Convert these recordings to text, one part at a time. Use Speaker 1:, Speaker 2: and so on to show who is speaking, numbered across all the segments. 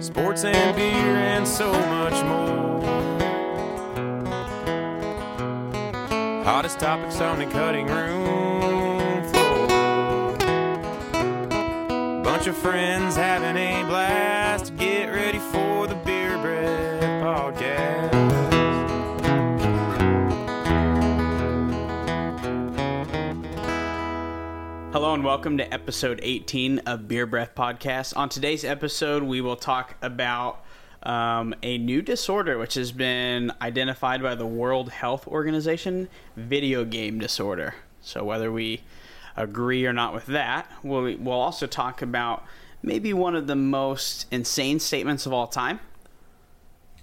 Speaker 1: sports and beer and so much more. Hottest topics on the cutting room floor. Bunch of friends having a blast. Get ready for the Beer Bread Podcast.
Speaker 2: Hello and welcome to episode 18 of Beer Breath Podcast. On today's episode, we will talk about um, a new disorder which has been identified by the World Health Organization video game disorder. So, whether we agree or not with that, we'll, we'll also talk about maybe one of the most insane statements of all time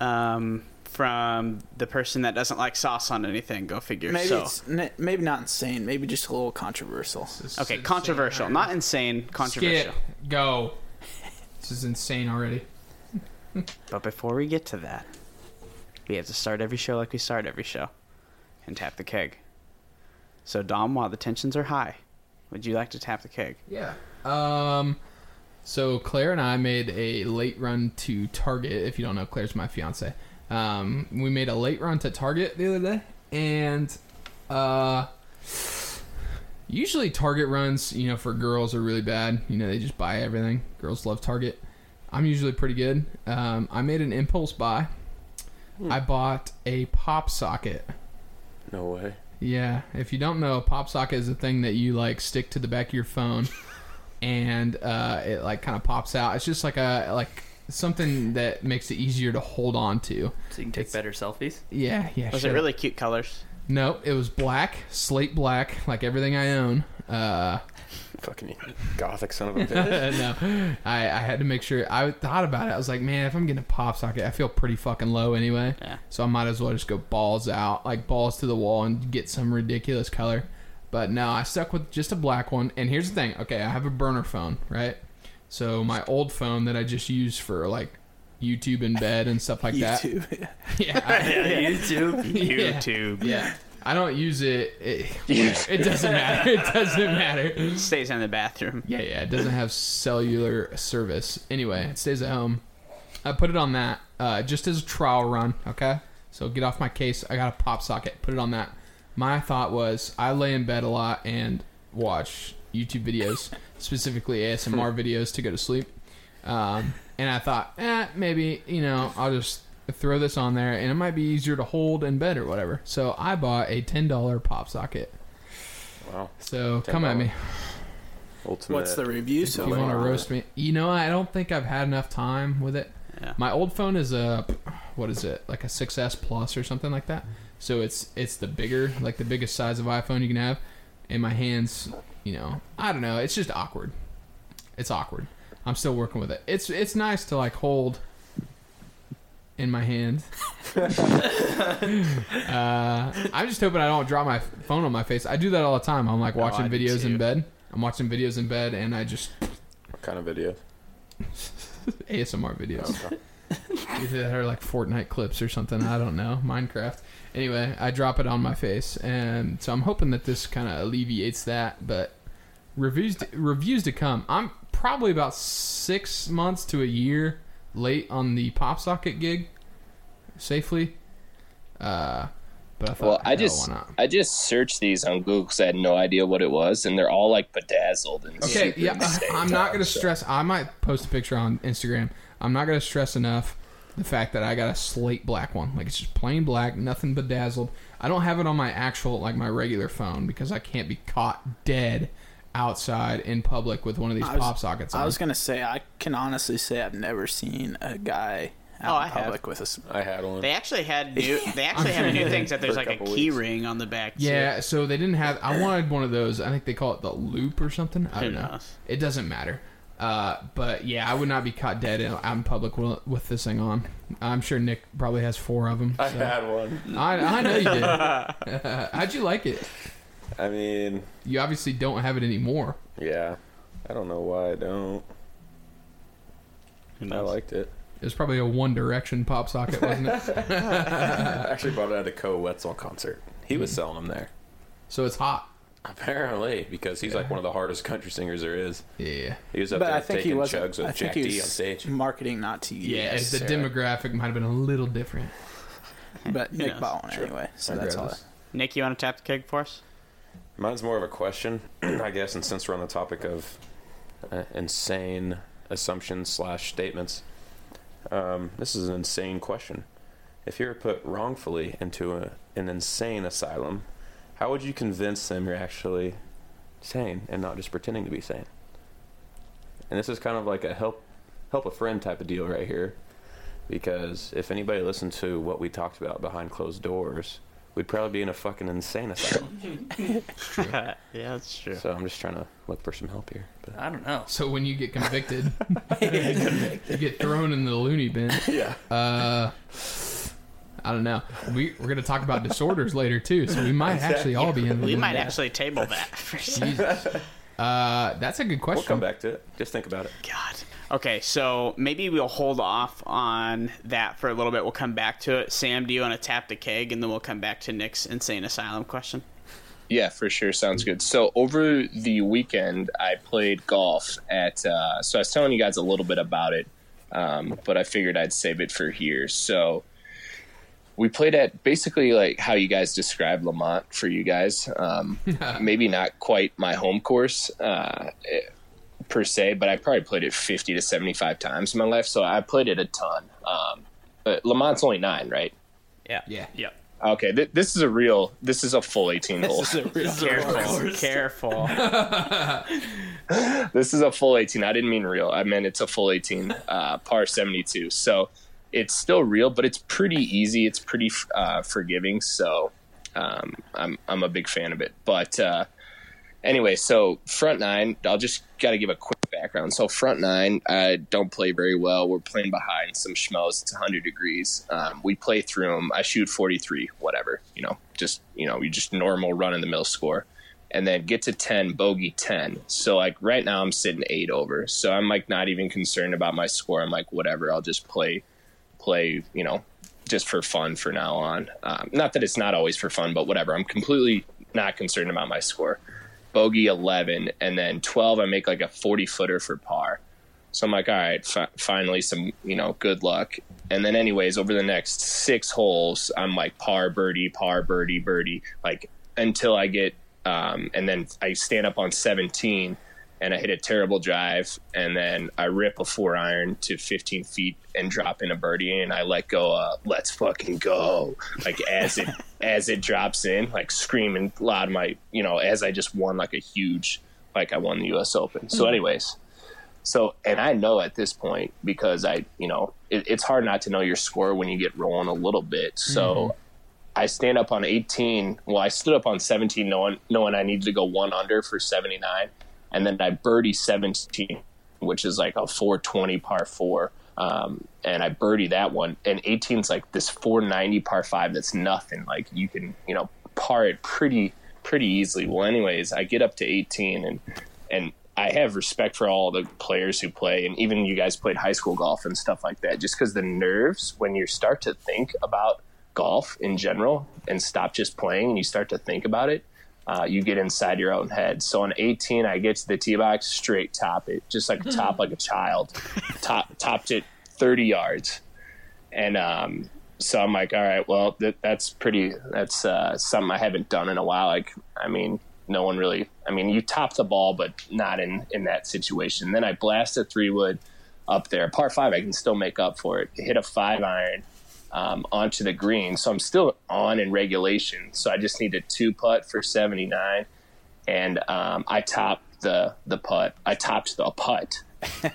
Speaker 2: um, from the person that doesn't like sauce on anything. Go figure.
Speaker 3: Maybe
Speaker 2: so.
Speaker 3: it's n- maybe not insane. Maybe just a little controversial.
Speaker 2: Okay, controversial. Not insane, controversial.
Speaker 4: Skip. Go. This is insane already.
Speaker 2: But before we get to that, we have to start every show like we start every show and tap the keg. So, Dom, while the tensions are high, would you like to tap the keg?
Speaker 4: Yeah. Um. So Claire and I made a late run to Target. If you don't know, Claire's my fiance. Um, we made a late run to Target the other day, and uh, usually Target runs, you know, for girls are really bad. You know, they just buy everything. Girls love Target. I'm usually pretty good. Um, I made an impulse buy. I bought a pop socket.
Speaker 1: No way.
Speaker 4: Yeah, if you don't know, pop socket is a thing that you like stick to the back of your phone, and uh, it like kind of pops out. It's just like a like something that makes it easier to hold on to.
Speaker 5: So you can take better selfies.
Speaker 4: Yeah, yeah.
Speaker 2: Was
Speaker 4: sure.
Speaker 2: it really cute colors?
Speaker 4: No, it was black, slate black, like everything I own. Uh,
Speaker 6: Fucking gothic son of a bitch.
Speaker 4: no, I, I had to make sure. I thought about it. I was like, man, if I'm getting a pop socket, I feel pretty fucking low anyway.
Speaker 2: Yeah.
Speaker 4: So I might as well just go balls out, like balls to the wall, and get some ridiculous color. But no, I stuck with just a black one. And here's the thing. Okay, I have a burner phone, right? So my old phone that I just use for like YouTube in bed and stuff like that.
Speaker 3: YouTube.
Speaker 4: Yeah, I-
Speaker 5: YouTube.
Speaker 4: Yeah.
Speaker 2: YouTube.
Speaker 4: yeah. I don't use it. It, it doesn't matter. It doesn't matter.
Speaker 2: Stays in the bathroom.
Speaker 4: Yeah, yeah. It doesn't have cellular service. Anyway, it stays at home. I put it on that uh, just as a trial run. Okay, so get off my case. I got a pop socket. Put it on that. My thought was I lay in bed a lot and watch YouTube videos, specifically ASMR videos, to go to sleep. Um, and I thought, eh, maybe you know I'll just throw this on there, and it might be easier to hold in bed or whatever. So I bought a ten dollar pop socket.
Speaker 6: Wow.
Speaker 4: So come at me.
Speaker 6: Ultimate.
Speaker 3: What's the review so
Speaker 4: If you want to
Speaker 3: far?
Speaker 4: roast me, you know I don't think I've had enough time with it.
Speaker 2: Yeah.
Speaker 4: My old phone is a what is it like a 6S Plus or something like that. So it's it's the bigger like the biggest size of iPhone you can have. And my hands, you know, I don't know. It's just awkward. It's awkward. I'm still working with it. It's it's nice to like hold in my hand. uh, I'm just hoping I don't drop my phone on my face. I do that all the time. I'm like
Speaker 2: No,
Speaker 4: watching
Speaker 2: I do
Speaker 4: videos
Speaker 2: too.
Speaker 4: in bed. I'm watching videos in bed, and I just
Speaker 6: What kind of video?
Speaker 4: ASMR videos.
Speaker 6: Okay.
Speaker 4: Either that or like Fortnite clips or something. I don't know. Minecraft. Anyway, I drop it on my face, and so I'm hoping that this kind of alleviates that. But reviews reviews to come. I'm probably about six months to a year late on the pop socket gig, safely. Uh, but I thought,
Speaker 7: Well, I
Speaker 4: hell,
Speaker 7: just
Speaker 4: why not?
Speaker 7: I just searched these on Google because I had no idea what it was, and they're all like bedazzled and
Speaker 4: Okay,
Speaker 7: super
Speaker 4: yeah,
Speaker 7: insane
Speaker 4: I'm not gonna
Speaker 7: colors.
Speaker 4: stress. I might post a picture on Instagram. I'm not gonna stress enough the fact that I got a slate black one. Like it's just plain black, nothing bedazzled. I don't have it on my actual like my regular phone because I can't be caught dead outside in public with one of these
Speaker 3: I was-
Speaker 4: pop sockets.
Speaker 3: I
Speaker 4: on.
Speaker 3: was gonna say I can honestly say I've never seen a guy
Speaker 2: Oh,
Speaker 3: out
Speaker 2: I
Speaker 3: in
Speaker 2: have.
Speaker 3: public with a. s-
Speaker 6: I had one.
Speaker 2: They actually had new. They actually have new things that there's
Speaker 6: For a
Speaker 2: like a
Speaker 6: couple
Speaker 2: key
Speaker 6: weeks.
Speaker 2: ring on the back. too.
Speaker 4: yeah, so they didn't have. I wanted one of those. I think they call it the loop or something. I
Speaker 2: Who
Speaker 4: don't know.
Speaker 2: knows?
Speaker 4: It doesn't matter. Uh, but yeah, I would not be caught dead in- out in public with, with this thing on. I'm sure Nick probably has four of them.
Speaker 6: I had one.
Speaker 4: I, I know you did. how'd you like it?
Speaker 6: I mean,
Speaker 4: You obviously don't have it anymore.
Speaker 6: yeah. I don't know why I don't.
Speaker 2: Who
Speaker 6: I
Speaker 2: knows?
Speaker 6: liked it.
Speaker 4: It was probably a One Direction pop socket, wasn't it?
Speaker 3: Hmm.
Speaker 6: I actually bought it at a Co Wetzel concert. He was selling them there.
Speaker 4: so it's hot.
Speaker 6: Apparently, because he's like one of the hardest country singers there is.
Speaker 4: Yeah.
Speaker 6: He was up
Speaker 3: But
Speaker 6: there
Speaker 3: I think
Speaker 6: taking
Speaker 3: he was.
Speaker 6: chugs
Speaker 3: I think
Speaker 6: with Jack
Speaker 3: he
Speaker 6: D on
Speaker 3: was
Speaker 6: stage.
Speaker 3: marketing not to you.
Speaker 4: Yeah,
Speaker 3: guys,
Speaker 4: the
Speaker 3: Sarah.
Speaker 4: demographic might have been a little different.
Speaker 3: But Nick
Speaker 2: knows?
Speaker 3: Bone anyway. So that's all.
Speaker 4: Regardless.
Speaker 2: Nick, you want to tap the keg for us?
Speaker 6: Mine's more of a question, I guess, and since we're on the topic of uh, insane assumptions slash statements, um, this is an insane question. If you were put wrongfully into a, an insane asylum, how would you convince them you're actually sane and not just pretending to be sane? And this is kind of like a help help a friend type of deal right here, because if anybody listened to what we talked about behind closed doors, we'd probably be in a fucking insane asylum.
Speaker 2: yeah, that's true.
Speaker 6: So I'm just trying to look for some help here. But
Speaker 5: I don't know.
Speaker 4: So when you get convicted, you get thrown in the loony bin.
Speaker 6: yeah,
Speaker 4: Uh, I don't know. We we're gonna talk about disorders later too, so we might actually all be in. The
Speaker 2: We
Speaker 4: loony
Speaker 2: might
Speaker 4: bin.
Speaker 2: actually table that for some
Speaker 4: Jesus. Uh, that's a good question.
Speaker 6: we'll come back to it. Just think about it.
Speaker 2: God. Okay, so maybe we'll hold off on that for a little bit. We'll come back to it. Sam, do you want to tap the keg and then we'll come back to Nick's insane asylum question?
Speaker 7: Yeah, for sure. Sounds good. So over the weekend, I played golf at. Uh, so I was telling you guys a little bit about it, um, but I figured I'd save it for here. So we played at basically like how you guys described Lamont for you guys. Um, maybe not quite my home course uh, eh, per se, but I probably played it fifty to seventy-five times in my life. So I played it a ton. Um, but Lamont's only nine, right?
Speaker 2: Yeah.
Speaker 4: Yeah.
Speaker 2: Yep.
Speaker 7: Okay, th- this is a real. This is a full eighteen hole.
Speaker 3: This is a
Speaker 2: Careful.
Speaker 3: real
Speaker 2: Careful.
Speaker 7: this is a full 18 i didn't mean real i meant it's a full 18 uh, par 72 so it's still real but it's pretty easy it's pretty uh, forgiving so um, I'm, I'm a big fan of it but uh, anyway so front nine i'll just gotta give a quick background so front nine i don't play very well we're playing behind some schmells it's 100 degrees um, we play through them i shoot 43 whatever you know just you know you just normal run in the middle score and then get to 10 bogey 10 so like right now i'm sitting eight over so i'm like not even concerned about my score i'm like whatever i'll just play play you know just for fun for now on um, not that it's not always for fun but whatever i'm completely not concerned about my score bogey 11 and then 12 i make like a 40 footer for par so i'm like all right fi- finally some you know good luck and then anyways over the next six holes i'm like par birdie par birdie birdie like until i get um, and then i stand up on 17 and i hit a terrible drive and then i rip a four iron to 15 feet and drop in a birdie and i let go uh, let's fucking go like as it as it drops in like screaming loud my you know as i just won like a huge like i won the us open so anyways so, and I know at this point because I, you know, it, it's hard not to know your score when you get rolling a little bit. So, I stand up on 18. Well, I stood up on 17, knowing knowing I needed to go one under for 79, and then I birdie 17, which is like a 420 par four. Um, and I birdie that one, and 18's like this 490 par five that's nothing. Like you can, you know, par it pretty pretty easily. Well, anyways, I get up to 18 and and I have respect for all the players who play, and even you guys played high school golf and stuff like that. Just because the nerves when you start to think about golf in general and stop just playing, and you start to think about it, uh, you get inside your own head. So on 18, I get to the tee box, straight top it, just like top like a child, top topped it 30 yards, and um, so I'm like, all right, well, that, that's pretty. That's uh, something I haven't done in a while. Like, I mean, no one really. I mean, you top the ball, but not in in that situation. Then I blast a three wood up there, par five. I can still make up for it. Hit a five iron um, onto the green, so I'm still on in regulation. So I just need a two putt for 79, and um, I topped the the putt. I topped the putt.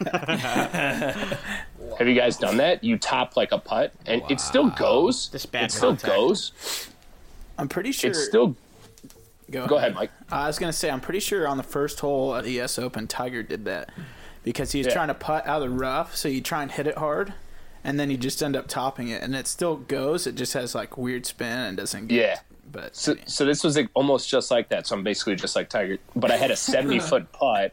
Speaker 7: Have you guys done that? You top like a putt, and it still goes.
Speaker 2: This bad
Speaker 7: it still
Speaker 2: contact.
Speaker 7: goes.
Speaker 3: I'm pretty sure.
Speaker 7: It's still.
Speaker 3: go,
Speaker 7: Go ahead, Mike.
Speaker 3: I was gonna say I'm pretty sure on the first hole at the US Open, Tiger did that because he was
Speaker 7: Yeah.
Speaker 3: trying to putt out of the rough, so you try and hit it hard, and then you just end up topping it, and it still goes. It just has like weird spin and doesn't. Get,
Speaker 7: Yeah.
Speaker 3: but
Speaker 7: So, so this was like almost just like that. So I'm basically just like Tiger, but I had a 70 foot putt.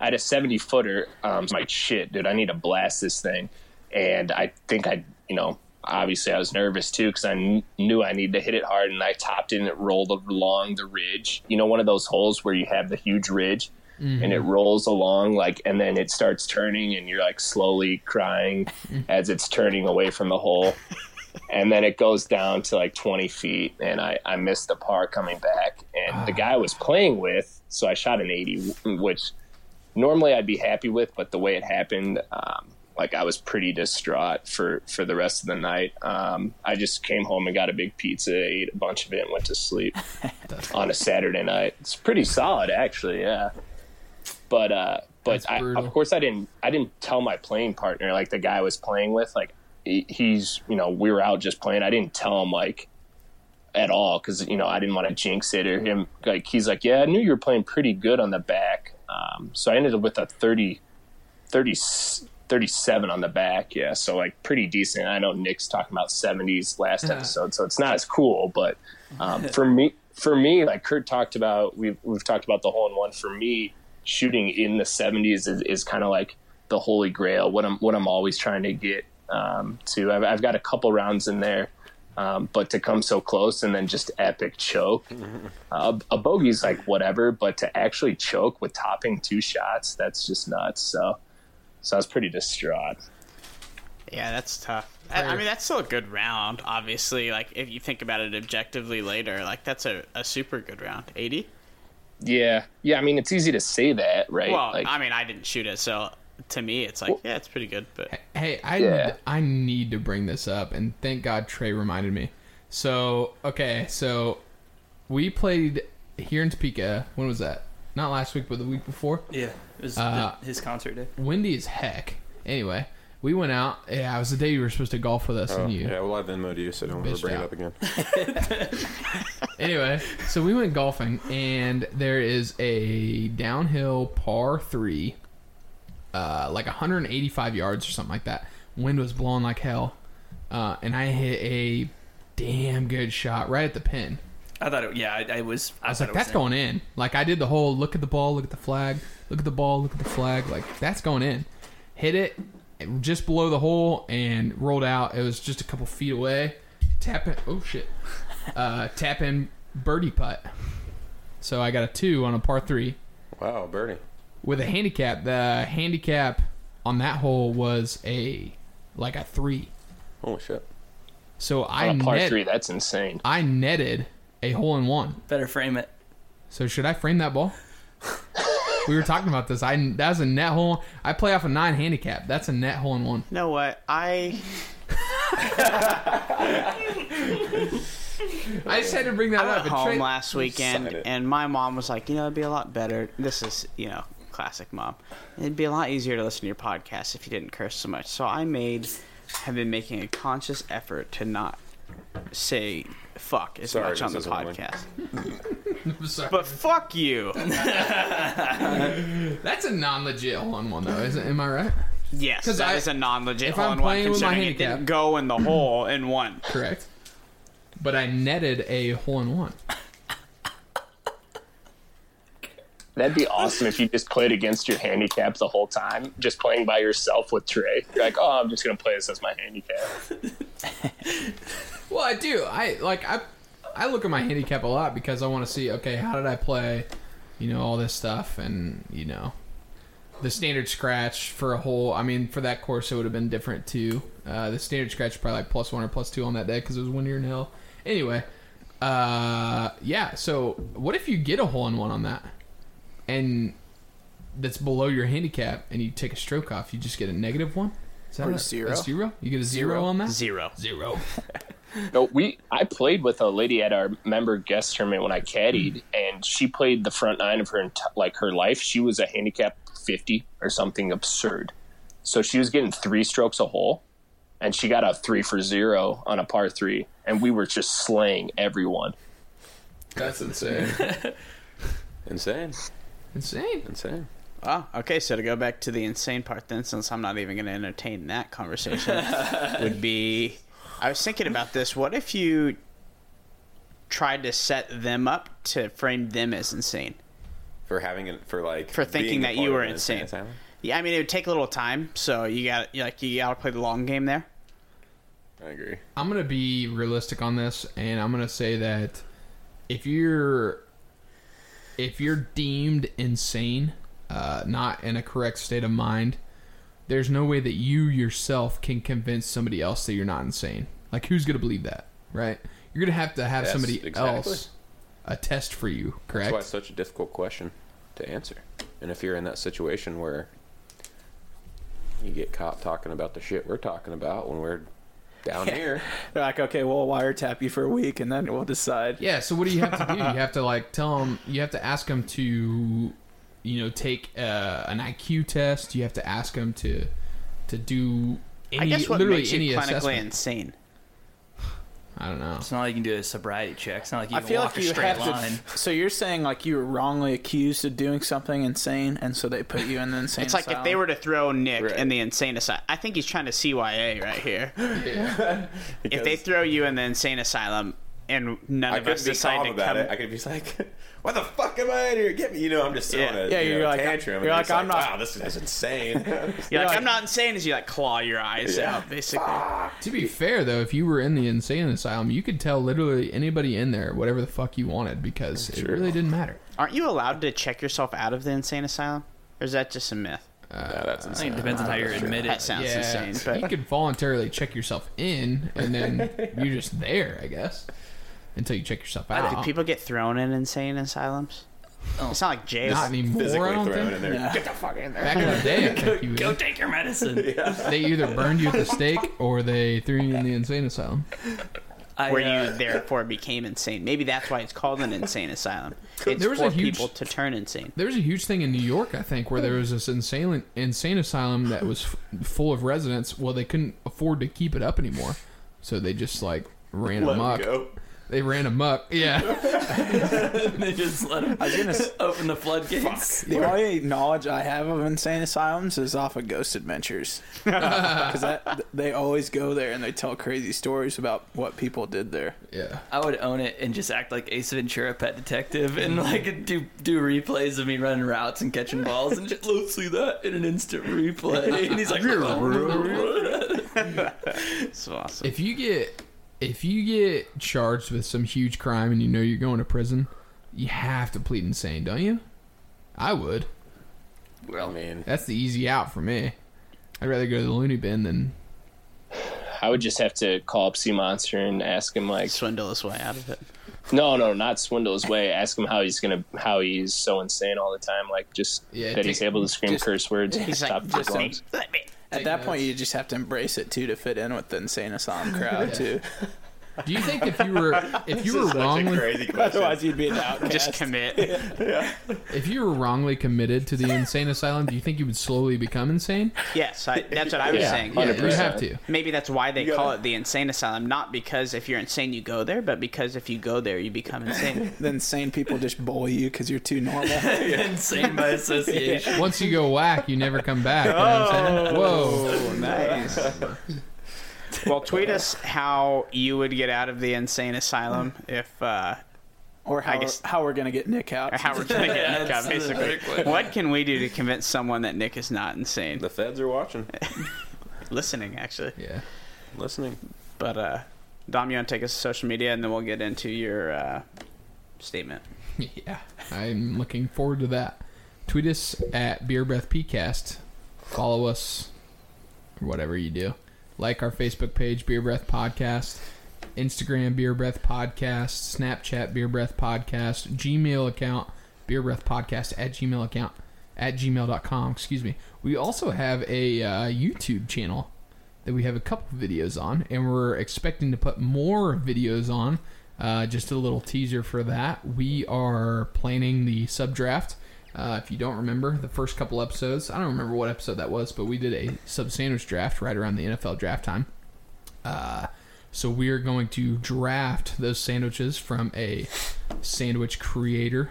Speaker 7: I had a 70 footer. Um, so I'm like shit, dude, I need to blast this thing, and I think I, you know, obviously I was nervous too because I kn- knew I needed to hit it hard, and I topped it and it rolled along the ridge. You know, one of those holes where you have the huge ridge. And it rolls along like, and then it starts turning, and you're like slowly crying as it's turning away from the hole. and then it goes down to like 20 feet and i, I missed the par coming back and the guy I was playing with so i shot an 80 which normally i'd be happy with but the way it happened um, like i was pretty distraught for for the rest of the night um, i just came home and got a big pizza ate a bunch of it and went to sleep on a saturday night it's pretty solid actually yeah but uh but
Speaker 4: That's
Speaker 7: I,
Speaker 4: brutal.
Speaker 7: of course i didn't i didn't tell my playing partner like the guy i was playing with like he- he's you know we were out just playing i didn't tell him like at all because you know i didn't want to jinx it or him like he's like yeah i knew you were playing pretty good on the back um, so i ended up with a 30 30 37 on the back yeah so like pretty decent i know nick's talking about 70s last episode so it's not as cool but um, for me for me like kurt talked about we've, we've talked about the hole in one for me shooting in the 70s is, is kind of like the holy grail what i'm what i'm always trying to get um, to I've, I've got a couple rounds in there um, but to come so close and then just epic choke uh, a bogey's like whatever but to actually choke with topping two shots that's just nuts so so i was pretty distraught
Speaker 2: Yeah, that's tough. I, I mean, that's still a good round, obviously. Like, if you think about it objectively later, like, that's a, a super good round. 80?
Speaker 7: yeah yeah i mean it's easy to say that right
Speaker 2: Well,
Speaker 7: like
Speaker 2: I mean, I didn't shoot it, so to me, it's like, yeah, it's pretty good, but
Speaker 4: Hey, I
Speaker 7: Yeah.
Speaker 4: I need to bring this up, and thank God Trey reminded me. So okay, so we played here in Topeka. When was that? Not last week, but the week before.
Speaker 5: Yeah, it was the-
Speaker 4: Uh,
Speaker 5: his concert day.
Speaker 4: Windy as heck. Anyway, we went out. Yeah, it was the day you were supposed to golf with us,
Speaker 6: Oh,
Speaker 4: and you.
Speaker 6: yeah, well, I've been mowed you, so don't ever
Speaker 4: Bitched
Speaker 6: bring
Speaker 4: out.
Speaker 6: it up again.
Speaker 4: anyway, so we went golfing, and there is a downhill par three, uh, like 185 yards or something like that. Wind was blowing like hell, uh, and I hit a damn good shot right at the pin.
Speaker 5: I thought it. Yeah, I, I was. I,
Speaker 4: I was
Speaker 5: thought
Speaker 4: like,
Speaker 5: it was
Speaker 4: that's going in. Like I did the whole look at the ball, look at the flag, look at the ball, look at the flag. Like that's going in. Hit it just below the hole and rolled out. It was just a couple feet away. Tap it. Oh shit. Uh, tap in birdie putt. So I got a two on a par three
Speaker 6: Wow, Bernie.
Speaker 4: with a handicap. The handicap on that hole was a like a three.
Speaker 6: Holy shit.
Speaker 4: So I
Speaker 7: on a par
Speaker 4: net-
Speaker 7: three that's insane
Speaker 4: I netted a hole in one.
Speaker 5: better frame it.
Speaker 4: So should I frame that ball? we were talking about this. I that was a net hole. I play off a nine handicap. That's a net hole in one.
Speaker 2: you know what? I.
Speaker 4: I just had to bring that
Speaker 2: I
Speaker 4: up.
Speaker 2: went
Speaker 4: It
Speaker 2: home
Speaker 4: tra-
Speaker 2: last weekend,
Speaker 6: Excited.
Speaker 2: and my mom was like, "You know, it'd be a lot better. This is, you know, classic mom. It'd be a lot easier to listen to your podcast if you didn't curse so much." So I made, have been making a conscious effort to not say "fuck" as
Speaker 6: Sorry,
Speaker 2: much on the
Speaker 6: this isn't one.
Speaker 2: podcast.
Speaker 4: Sorry.
Speaker 2: But fuck you.
Speaker 4: That's a non-legit hole in one though, isn't? Am I right?
Speaker 2: Yes,
Speaker 4: 'Cause
Speaker 2: that is
Speaker 4: I-
Speaker 2: a non-legit
Speaker 4: if
Speaker 2: hole
Speaker 4: I'm
Speaker 2: in one.
Speaker 4: playing with my
Speaker 2: Considering it didn't
Speaker 4: handicap.
Speaker 2: go in the hole in one.
Speaker 4: Correct. But I netted a hole in one.
Speaker 7: that'd be awesome if you just played against your handicap the whole time just playing by yourself with trey you're like oh i'm just gonna play this as my handicap
Speaker 4: Well, I do. I like I I look at my handicap a lot because I want to see okay, how did I play? You know all this stuff, and you know the standard scratch for a hole. I mean, for that course, it would have been different too. Uh, the standard scratch was probably like plus one or plus two on that day because it was windier and hill. Anyway, uh, yeah. So what if you get a hole in one on that, and that's below your handicap, and you take a stroke off? You just get a negative one. Is that
Speaker 3: Or
Speaker 4: a-
Speaker 3: zero.
Speaker 4: a zero. You get a zero, on that.
Speaker 2: Zero.
Speaker 4: Zero.
Speaker 7: No, we I played with a lady at our member guest tournament when I caddied, and she played the front nine of her enti- like her life. She was a handicap fifty or something absurd, so she was getting three strokes a hole, and she got a three for zero on a par three, and we were just slaying everyone.
Speaker 4: That's insane.
Speaker 6: Insane.
Speaker 4: insane.
Speaker 6: Insane.
Speaker 2: Wow. Oh, Okay, so to go back to the insane part, then, since I'm not even going to entertain that conversation, would be I was thinking about this. What if you tried to set them up to frame them as insane?
Speaker 6: For having it, for like.
Speaker 2: For thinking
Speaker 6: being a
Speaker 2: that
Speaker 6: part
Speaker 2: you
Speaker 6: of
Speaker 2: were
Speaker 6: an
Speaker 2: insane.
Speaker 6: asylum?
Speaker 2: Yeah, I mean it would take a little time, so you got like you got to play the long game there.
Speaker 6: I agree.
Speaker 4: I'm gonna be realistic on this, and I'm gonna say that if you're if you're deemed insane, uh, not in a correct state of mind, there's no way that you yourself can convince somebody else that you're not insane. Like, who's gonna believe that, right? You're gonna have to have
Speaker 6: Yes,
Speaker 4: somebody
Speaker 6: exactly.
Speaker 4: else a test for you,
Speaker 6: That's
Speaker 4: correct?
Speaker 6: why it's such a difficult question to answer. And if you're in that situation where you get caught talking about the shit we're talking about when we're down here,
Speaker 3: They're like, okay, we'll wiretap you for a week, and then we'll decide.
Speaker 4: Yeah. So what do you have to do? You have to like tell them. You have to ask them to, you know, take uh, an IQ test. You have to ask them to, to do. Any,
Speaker 2: I guess what
Speaker 4: literally
Speaker 2: makes
Speaker 4: any
Speaker 2: you clinically
Speaker 4: assessment.
Speaker 2: insane.
Speaker 4: I don't know.
Speaker 5: It's not like you can do a sobriety check. It's not like you
Speaker 3: I
Speaker 5: can
Speaker 3: feel
Speaker 5: walk
Speaker 3: like
Speaker 5: a
Speaker 3: you
Speaker 5: straight
Speaker 3: have
Speaker 5: line.
Speaker 3: to. So you're saying like you were wrongly accused of doing something insane, and so they put you in the insane.
Speaker 2: It's like if they
Speaker 3: asylum?
Speaker 2: were to throw Nick
Speaker 6: Right.
Speaker 2: in the insane asylum. I think he's trying to CYA right here. if they throw you in the insane asylum and none
Speaker 6: I
Speaker 2: of us
Speaker 6: couldn't be
Speaker 2: decide
Speaker 6: calm
Speaker 2: to
Speaker 6: about
Speaker 2: come,
Speaker 6: it. I could be like, "Why the fuck am I in here? Get me!" You know, I'm just throwing
Speaker 2: Yeah.
Speaker 6: a
Speaker 3: Yeah,
Speaker 6: you
Speaker 3: you're
Speaker 6: know,
Speaker 3: like,
Speaker 6: tantrum. and
Speaker 3: you're
Speaker 6: just
Speaker 3: like, "I'm not-
Speaker 6: Wow, this is insane.
Speaker 2: you're like,
Speaker 3: Yeah.
Speaker 2: I'm not insane. As you like claw your eyes
Speaker 6: Yeah.
Speaker 2: out, basically.
Speaker 4: To be fair though, if you were in the insane asylum, you could tell literally anybody in there whatever the fuck you wanted because it
Speaker 6: Sure.
Speaker 4: really didn't matter.
Speaker 2: Aren't you allowed to check yourself out of the insane asylum, or is that just a myth?
Speaker 6: Nah, that's
Speaker 5: I think it
Speaker 6: insane.
Speaker 5: depends on how you're admitted.
Speaker 2: That sounds insane.
Speaker 4: you
Speaker 2: But
Speaker 4: could voluntarily check yourself in, and then you're just there, I guess, until you check yourself
Speaker 2: Wow, do
Speaker 4: out.
Speaker 2: people get thrown in insane asylums? It's not like jail.
Speaker 4: Not anymore.
Speaker 6: Physically
Speaker 4: I don't
Speaker 6: thrown
Speaker 4: think.
Speaker 6: in there.
Speaker 3: Yeah.
Speaker 6: Get the fuck in there.
Speaker 4: Back in the day, I think you
Speaker 5: Go
Speaker 4: would.
Speaker 5: take your medicine.
Speaker 4: they either burned you at the stake or they threw you in the insane asylum.
Speaker 5: I,
Speaker 2: where
Speaker 5: uh,
Speaker 2: you therefore became insane. Maybe that's why it's called an insane asylum. It's
Speaker 4: There was
Speaker 2: for
Speaker 4: a huge-
Speaker 2: people to turn insane.
Speaker 4: There was a huge thing in New York, I think, where there was this insane insane asylum that was f- full of residents. Well, they couldn't afford to keep it up anymore, so they just like ran
Speaker 6: Let 'em
Speaker 4: amok.
Speaker 6: go.
Speaker 4: They ran amok. Yeah,
Speaker 5: they just let him open the floodgates.
Speaker 3: The only knowledge I have of insane asylums is off of Ghost Adventures, because they always go there and they tell crazy stories about what people did there.
Speaker 4: yeah.
Speaker 5: I would own it and just act like Ace Ventura, Pet Detective, and like do do replays of me running routes and catching balls, and just let's see that in an instant replay. And he's like,
Speaker 2: It's awesome.
Speaker 4: If you get if you get charged with some huge crime and you know you're going to prison, you have to plead insane, don't you? I would.
Speaker 6: I mean,
Speaker 4: That's the easy out for me. I'd rather go to the loony bin than
Speaker 7: I would just have to call up Sea Monster and ask him like,
Speaker 2: Swindle his way out of it.
Speaker 7: no, no, not swindle his way. Ask him how he's gonna, how he's so insane all the time, like just
Speaker 4: Yeah,
Speaker 7: that
Speaker 4: take-
Speaker 7: he's able to scream
Speaker 3: just-
Speaker 7: curse words at the
Speaker 2: He's
Speaker 7: top
Speaker 2: like,
Speaker 7: of his
Speaker 2: just
Speaker 7: lungs.
Speaker 2: let me.
Speaker 3: At
Speaker 4: Take
Speaker 3: that point,
Speaker 4: notes.
Speaker 3: you just have to embrace it too to fit in with the insane asylum crowd too.
Speaker 4: Do you think if you were if you were wrongly
Speaker 6: crazy question.
Speaker 3: Otherwise, you'd be an outcast.
Speaker 2: Just commit.
Speaker 4: if you were wrongly committed to the insane asylum, do you think you would slowly become insane?
Speaker 2: Yes, I, that's what I was
Speaker 7: Yeah.
Speaker 2: saying.
Speaker 7: Yeah.
Speaker 4: you
Speaker 7: 100%.
Speaker 4: have to.
Speaker 2: Maybe that's why they call
Speaker 6: gotta-
Speaker 2: it the insane asylum, not because if you're insane you go there, but because if you go there you become insane.
Speaker 3: then sane people just bully you because you're too normal.
Speaker 5: insane by association.
Speaker 4: Once you go whack, you never come back. You know what I'm saying? Whoa.
Speaker 3: Oh,
Speaker 2: nice. well, tweet us how you would get out of the insane asylum if uh,
Speaker 3: Or how,
Speaker 2: guess-
Speaker 3: how we're gonna get Nick out.
Speaker 2: or how we're gonna
Speaker 5: Yeah,
Speaker 2: get Nick out,
Speaker 5: that's another
Speaker 2: basically.
Speaker 5: question.
Speaker 2: What can we do to convince someone that Nick is not insane?
Speaker 6: The feds are watching,
Speaker 2: Listening, actually.
Speaker 4: Yeah.
Speaker 6: listening.
Speaker 2: But uh, Dom, you want to take us to social media, and then we'll get into your uh, statement.
Speaker 4: Yeah. I'm looking forward to that. Tweet us at Beer Breath Pcast. Follow us or whatever you do. Like our Facebook page, Beer Breath Podcast, Instagram Beer Breath Podcast, Snapchat Beer Breath Podcast, Gmail account, Beer Breath Podcast at Gmail account at gmail.com, excuse me. We also have a uh, YouTube channel that we have a couple videos on, and we're expecting to put more videos on. Uh, just a little teaser for that. We are planning the sub draft. Uh, if you don't remember the first couple episodes, I don't remember what episode that was, but we did a sub sandwich draft right around the NFL draft time. Uh, so we are going to draft those sandwiches from a sandwich creator,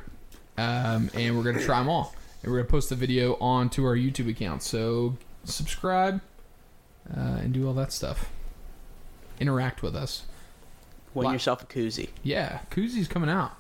Speaker 4: um, and we're going to try them all. And we're going to post the video onto our YouTube account. So subscribe uh, and do all that stuff. Interact with us.
Speaker 2: Win
Speaker 4: Why-
Speaker 2: yourself a koozie.
Speaker 4: Yeah, koozies coming out.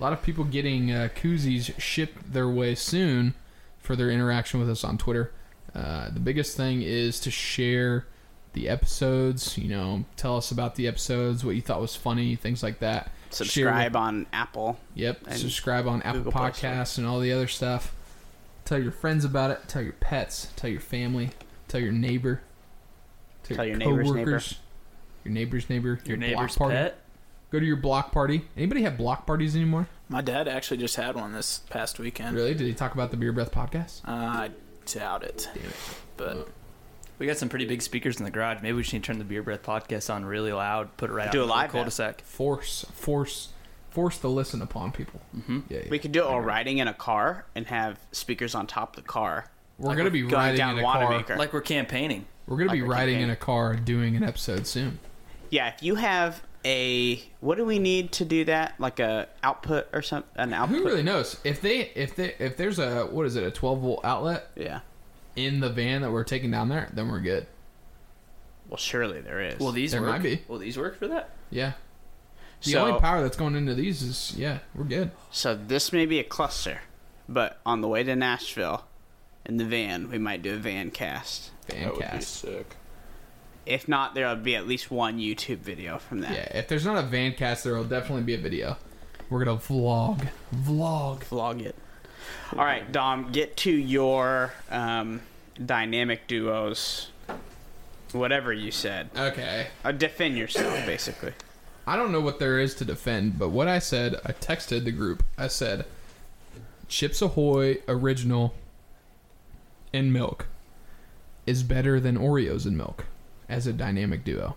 Speaker 4: A lot of people getting uh, koozies shipped their way soon for their interaction with us on Twitter. Uh, the biggest thing is to share the episodes. You know, tell us about the episodes, what you thought was funny, things like that. Share with-
Speaker 2: Subscribe on Apple.
Speaker 4: Yep.
Speaker 2: and
Speaker 4: Subscribe on Apple
Speaker 2: Google Play Store.
Speaker 4: Podcasts and all the other stuff. Tell your friends about it. Tell your pets. Tell your family. Tell your neighbor.
Speaker 2: Tell your neighbor's neighbor.
Speaker 4: coworkers, Your neighbor's neighbor.
Speaker 5: Your
Speaker 4: block
Speaker 5: neighbor's
Speaker 4: party.
Speaker 5: pet.
Speaker 4: Go to your block party. Anybody have block parties anymore?
Speaker 3: My dad actually just had one this past weekend.
Speaker 4: Really? Did he talk about the Beer Breath podcast?
Speaker 3: Uh, I doubt it.
Speaker 4: Damn it.
Speaker 3: But
Speaker 5: We got some pretty big speakers in the garage. Maybe we should turn the Beer Breath podcast on really loud. Put it right
Speaker 2: Do
Speaker 5: out
Speaker 2: a
Speaker 5: in the
Speaker 2: live
Speaker 5: cul-de-sac.
Speaker 4: Force, force, force the listen upon people. Mm-hmm. Yeah, yeah.
Speaker 2: We could do it while riding in a car and have speakers on top of the car.
Speaker 4: We're gonna be
Speaker 2: going
Speaker 4: riding
Speaker 2: down
Speaker 4: in a car.
Speaker 2: Wanamaker.
Speaker 5: Like we're campaigning.
Speaker 4: We're gonna be
Speaker 2: Like a
Speaker 4: riding in
Speaker 2: campaign.
Speaker 4: a car doing an episode soon.
Speaker 2: Yeah, if you have a what do we need to do that? Like a output or something? An output.
Speaker 4: Who really knows? If they, if they, if there's a what is it, a 12 volt outlet
Speaker 2: Yeah.
Speaker 4: in the van that we're taking down there, then we're good.
Speaker 2: Well, surely there is.
Speaker 5: Will these
Speaker 4: There
Speaker 5: work?
Speaker 4: might be.
Speaker 5: Will these work for that?
Speaker 4: Yeah. The
Speaker 2: So-
Speaker 4: only power that's going into these is yeah, we're good.
Speaker 2: so this may be a cluster, but on the way to Nashville, in the van, we might do a van cast.
Speaker 4: Van cast.
Speaker 6: sick.
Speaker 2: If not, there'll be at least one YouTube video from that.
Speaker 4: Yeah, if there's not a van cast, there will definitely be a video. We're gonna vlog, vlog.
Speaker 2: Vlog it. All right, Dom, get to your um, dynamic duos. Whatever you said,
Speaker 4: Okay.
Speaker 2: uh, defend yourself basically.
Speaker 4: I don't know what there is to defend, but what I said, I texted the group. I said, Chips Ahoy original and milk is better than Oreos and milk as a dynamic duo.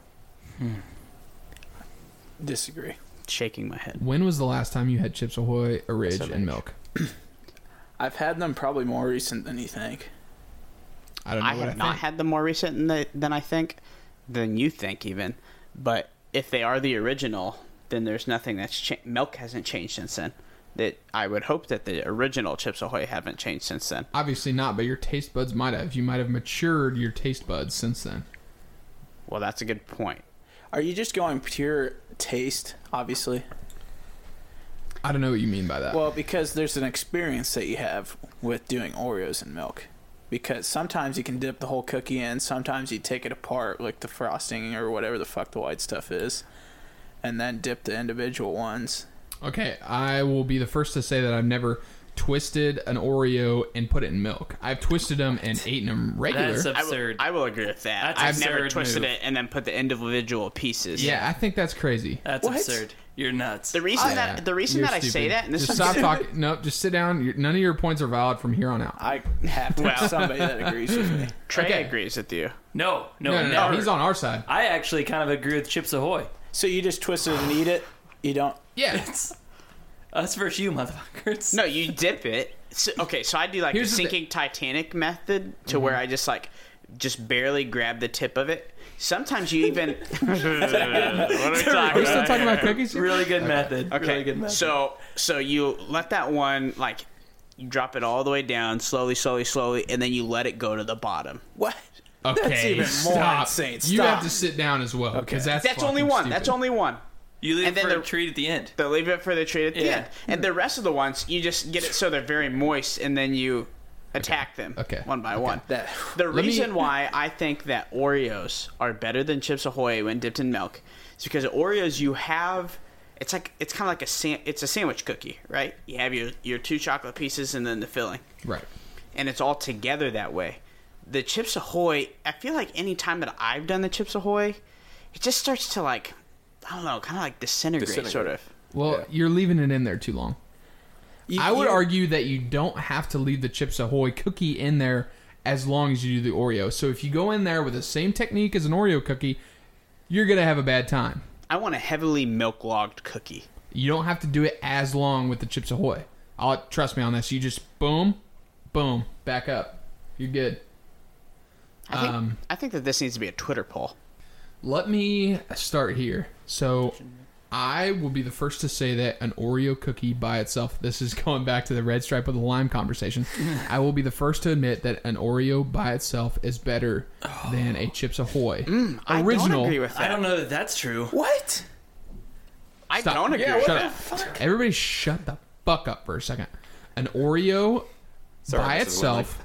Speaker 3: disagree.
Speaker 2: Shaking my head.
Speaker 4: When was the last time you had Chips Ahoy, a Ridge, and milk?
Speaker 3: I've had them probably more recent than you think.
Speaker 4: I don't know
Speaker 2: I
Speaker 4: what
Speaker 2: have
Speaker 4: I
Speaker 2: not
Speaker 4: think.
Speaker 2: had them more recent than, the, than I think, than you think even. But if they are the original, then there's nothing that's cha- milk hasn't changed since then. That I would hope that the original Chips Ahoy haven't changed since then.
Speaker 4: Obviously not, but your taste buds might have. You might have matured your taste buds since then.
Speaker 2: Well, that's a good point.
Speaker 3: Are you just going pure taste? Obviously.
Speaker 4: I don't know what you mean by that.
Speaker 3: Well, because there's an experience that you have with doing Oreos and milk. Because sometimes you can dip the whole cookie in, sometimes you take it apart, like the frosting or whatever the fuck the white stuff is, and then dip the individual ones.
Speaker 4: Okay, I will be the first to say that I've never twisted an Oreo and put it in milk. I've twisted them and eaten them regular.
Speaker 5: That's
Speaker 2: I will-
Speaker 5: absurd.
Speaker 2: I will agree with that.
Speaker 5: That's
Speaker 2: I've never
Speaker 5: absurd
Speaker 2: twisted
Speaker 5: move.
Speaker 2: it and then put the individual pieces.
Speaker 4: yeah, I think that's crazy.
Speaker 5: That's
Speaker 3: What?
Speaker 5: absurd. You're nuts.
Speaker 2: The reason
Speaker 4: Yeah,
Speaker 2: that the reason
Speaker 4: you're
Speaker 2: that I say
Speaker 4: stupid.
Speaker 2: that, and this
Speaker 4: just
Speaker 2: is
Speaker 4: stop talking. No, just sit down. Your- None of your points are valid from here on out.
Speaker 3: I have to have somebody that agrees with me.
Speaker 2: Trey
Speaker 4: okay.
Speaker 2: agrees with you.
Speaker 5: no, no,
Speaker 4: No,
Speaker 5: no,
Speaker 4: no, no, he's on our side.
Speaker 5: I actually kind of agree with Chips Ahoy.
Speaker 3: So you just twist it and eat it? You don't.
Speaker 4: Yeah.
Speaker 5: Us versus you, motherfuckers.
Speaker 2: No, you dip it. So, okay, so I do like
Speaker 4: Here's
Speaker 2: the
Speaker 4: the thi-
Speaker 2: sinking Titanic method to where I just like just barely grab the tip of it. Sometimes you even. what are we
Speaker 4: Are
Speaker 2: talking
Speaker 4: we still talking about cookies?
Speaker 5: Really good method.
Speaker 2: Okay,
Speaker 5: Really good method.
Speaker 2: so so you let that one like you drop it all the way down slowly, slowly, slowly, and then you let it go to the bottom.
Speaker 3: What?
Speaker 4: Okay,
Speaker 3: That's even more
Speaker 4: stop.
Speaker 3: insane.
Speaker 4: You have
Speaker 3: Stop.
Speaker 4: to sit down as well because that's
Speaker 2: That's only
Speaker 4: fucking
Speaker 2: one.
Speaker 4: stupid.
Speaker 2: That's only one.
Speaker 5: you leave
Speaker 2: and then
Speaker 5: for
Speaker 2: the-
Speaker 5: a treat at the end.
Speaker 2: They'll leave it for the treat at the
Speaker 5: Yeah.
Speaker 2: end, and the rest of the ones you just get it so they're very moist, and then you attack them
Speaker 4: Okay.
Speaker 2: one by
Speaker 4: Okay.
Speaker 2: one.
Speaker 3: That.
Speaker 2: The
Speaker 4: me-
Speaker 2: reason why I think that Oreos are better than Chips Ahoy when dipped in milk is because Oreos you have it's like it's kind of like a san- it's a sandwich cookie, right? You have your your two chocolate pieces and then the filling,
Speaker 4: right.
Speaker 2: and it's all together that way. The Chips Ahoy, I feel like any time that I've done the Chips Ahoy, it just starts to like I don't know, kind of like disintegrate, sort
Speaker 6: Disintegrate.
Speaker 2: of.
Speaker 4: Well, you're leaving it in there too long.
Speaker 3: You-
Speaker 4: I would
Speaker 3: you-
Speaker 4: argue that you don't have to leave the Chips Ahoy cookie in there as long as you do the Oreo. So if you go in there with the same technique as an Oreo cookie, you're gonna have a bad time.
Speaker 2: I want a heavily milk logged cookie.
Speaker 4: You don't have to do it as long with the Chips Ahoy. I'll trust me on this. You just boom, boom, back up. You're good.
Speaker 2: I think,
Speaker 4: Um,
Speaker 2: I think that this needs to be a Twitter poll.
Speaker 4: Let me start here. So I will be the first to say that an Oreo cookie by itself, this is going back to the red stripe of the lime conversation. I will be the first to admit that an Oreo by itself is better than a Chips Ahoy.
Speaker 2: Oh. Mm, I
Speaker 4: Original.
Speaker 2: don't agree with that.
Speaker 5: I don't know that that's true.
Speaker 3: What?
Speaker 2: I
Speaker 4: Stop.
Speaker 2: don't agree
Speaker 4: Yeah,
Speaker 2: with
Speaker 4: what
Speaker 2: that.
Speaker 4: the fuck? Everybody shut the fuck up for a second. An Oreo by
Speaker 6: Mrs.
Speaker 4: itself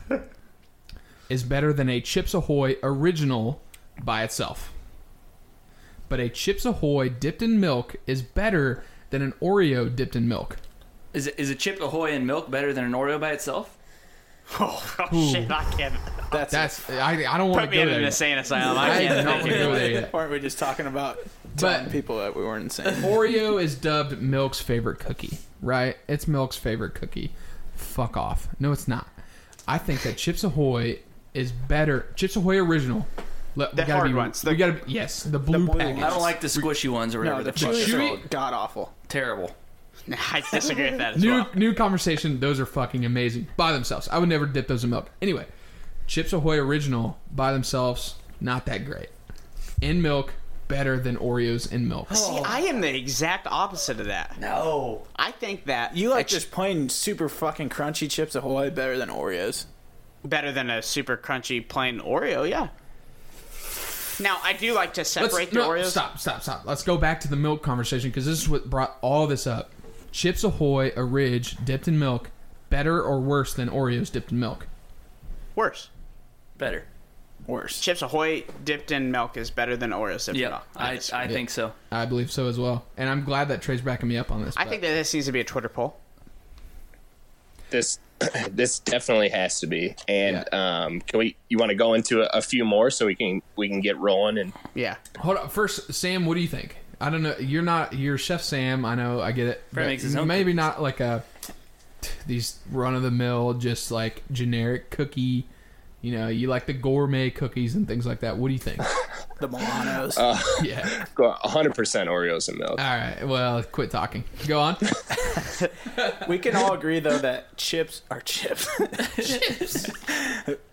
Speaker 4: is better than a Chips Ahoy original by itself. But a Chips Ahoy dipped in milk is better than an Oreo dipped in milk.
Speaker 5: Is it, is a Chip Ahoy and milk better than an Oreo by itself?
Speaker 2: Oh, oh, shit, I can't.
Speaker 3: That's,
Speaker 4: That's I, I don't want
Speaker 2: Put
Speaker 4: to
Speaker 2: me
Speaker 4: go
Speaker 2: in
Speaker 4: there.
Speaker 2: an
Speaker 4: yet.
Speaker 2: insane asylum. I
Speaker 4: I do
Speaker 2: can't
Speaker 4: not want
Speaker 2: think
Speaker 4: to
Speaker 2: of
Speaker 4: go
Speaker 2: it.
Speaker 4: there yet.
Speaker 3: Aren't we just talking about telling
Speaker 4: But
Speaker 3: people that we weren't insane?
Speaker 4: Oreo is dubbed milk's favorite cookie, right? It's milk's favorite cookie. Fuck off. No, it's not. I think that Chips Ahoy is better. Chips Ahoy original. Le- we
Speaker 2: The
Speaker 4: gotta
Speaker 2: hard
Speaker 4: be,
Speaker 2: ones,
Speaker 4: We
Speaker 2: the-
Speaker 4: gotta be, yes, the blue,
Speaker 3: blue
Speaker 4: package.
Speaker 5: I don't like the squishy ones or whatever
Speaker 3: No, the
Speaker 5: the fuck.
Speaker 3: chewy
Speaker 5: they're
Speaker 4: chewy-
Speaker 5: called.
Speaker 3: god awful.
Speaker 5: Terrible.
Speaker 2: I disagree with that as
Speaker 4: New
Speaker 2: well.
Speaker 4: new conversation. Those are fucking amazing by themselves. I would never dip those in milk. Anyway, Chips Ahoy original by themselves, not that great. In milk, better than Oreos in milk.
Speaker 2: See, I am the exact opposite of that.
Speaker 5: No.
Speaker 2: I think that
Speaker 3: You like
Speaker 2: it's
Speaker 3: just plain super fucking crunchy chips Ahoy better than Oreos.
Speaker 2: better than a super crunchy plain Oreo. Yeah. Now I do like to
Speaker 4: Let's-
Speaker 2: separate the
Speaker 4: no,
Speaker 2: Oreos.
Speaker 4: Stop, stop, stop. Let's go back to the milk conversation because this is what brought all this up. Chips Ahoy, a ridge dipped in milk, better or worse than Oreos dipped in milk?
Speaker 2: Worse.
Speaker 5: Better.
Speaker 3: Worse.
Speaker 2: Chips Ahoy dipped in milk is better than Oreos dipped in
Speaker 5: Yeah,
Speaker 2: milk.
Speaker 5: I, I think so.
Speaker 4: I believe so as well. And I'm glad that Trey's backing me up on this.
Speaker 2: I
Speaker 4: but-
Speaker 2: think that this needs to be a Twitter poll.
Speaker 7: This this definitely has to be. And um, can we? You want to go into a, a few more so we can we can get rolling and
Speaker 2: Yeah.
Speaker 4: Hold on. First, Sam, what do you think? I don't know. You're not. You're Chef Sam. I know. I get it.
Speaker 5: Fred
Speaker 4: but
Speaker 5: makes his own
Speaker 4: Maybe
Speaker 5: cookies.
Speaker 4: not like a these run of the mill, just like generic cookie. You know, you like the gourmet cookies and things like that. What do you think?
Speaker 3: The Milanos.
Speaker 6: Uh.
Speaker 4: yeah.
Speaker 7: go 100% Oreos and milk.
Speaker 2: Uh,
Speaker 4: All right. Well, quit talking. Go on.
Speaker 3: we can all agree though that chips are chips.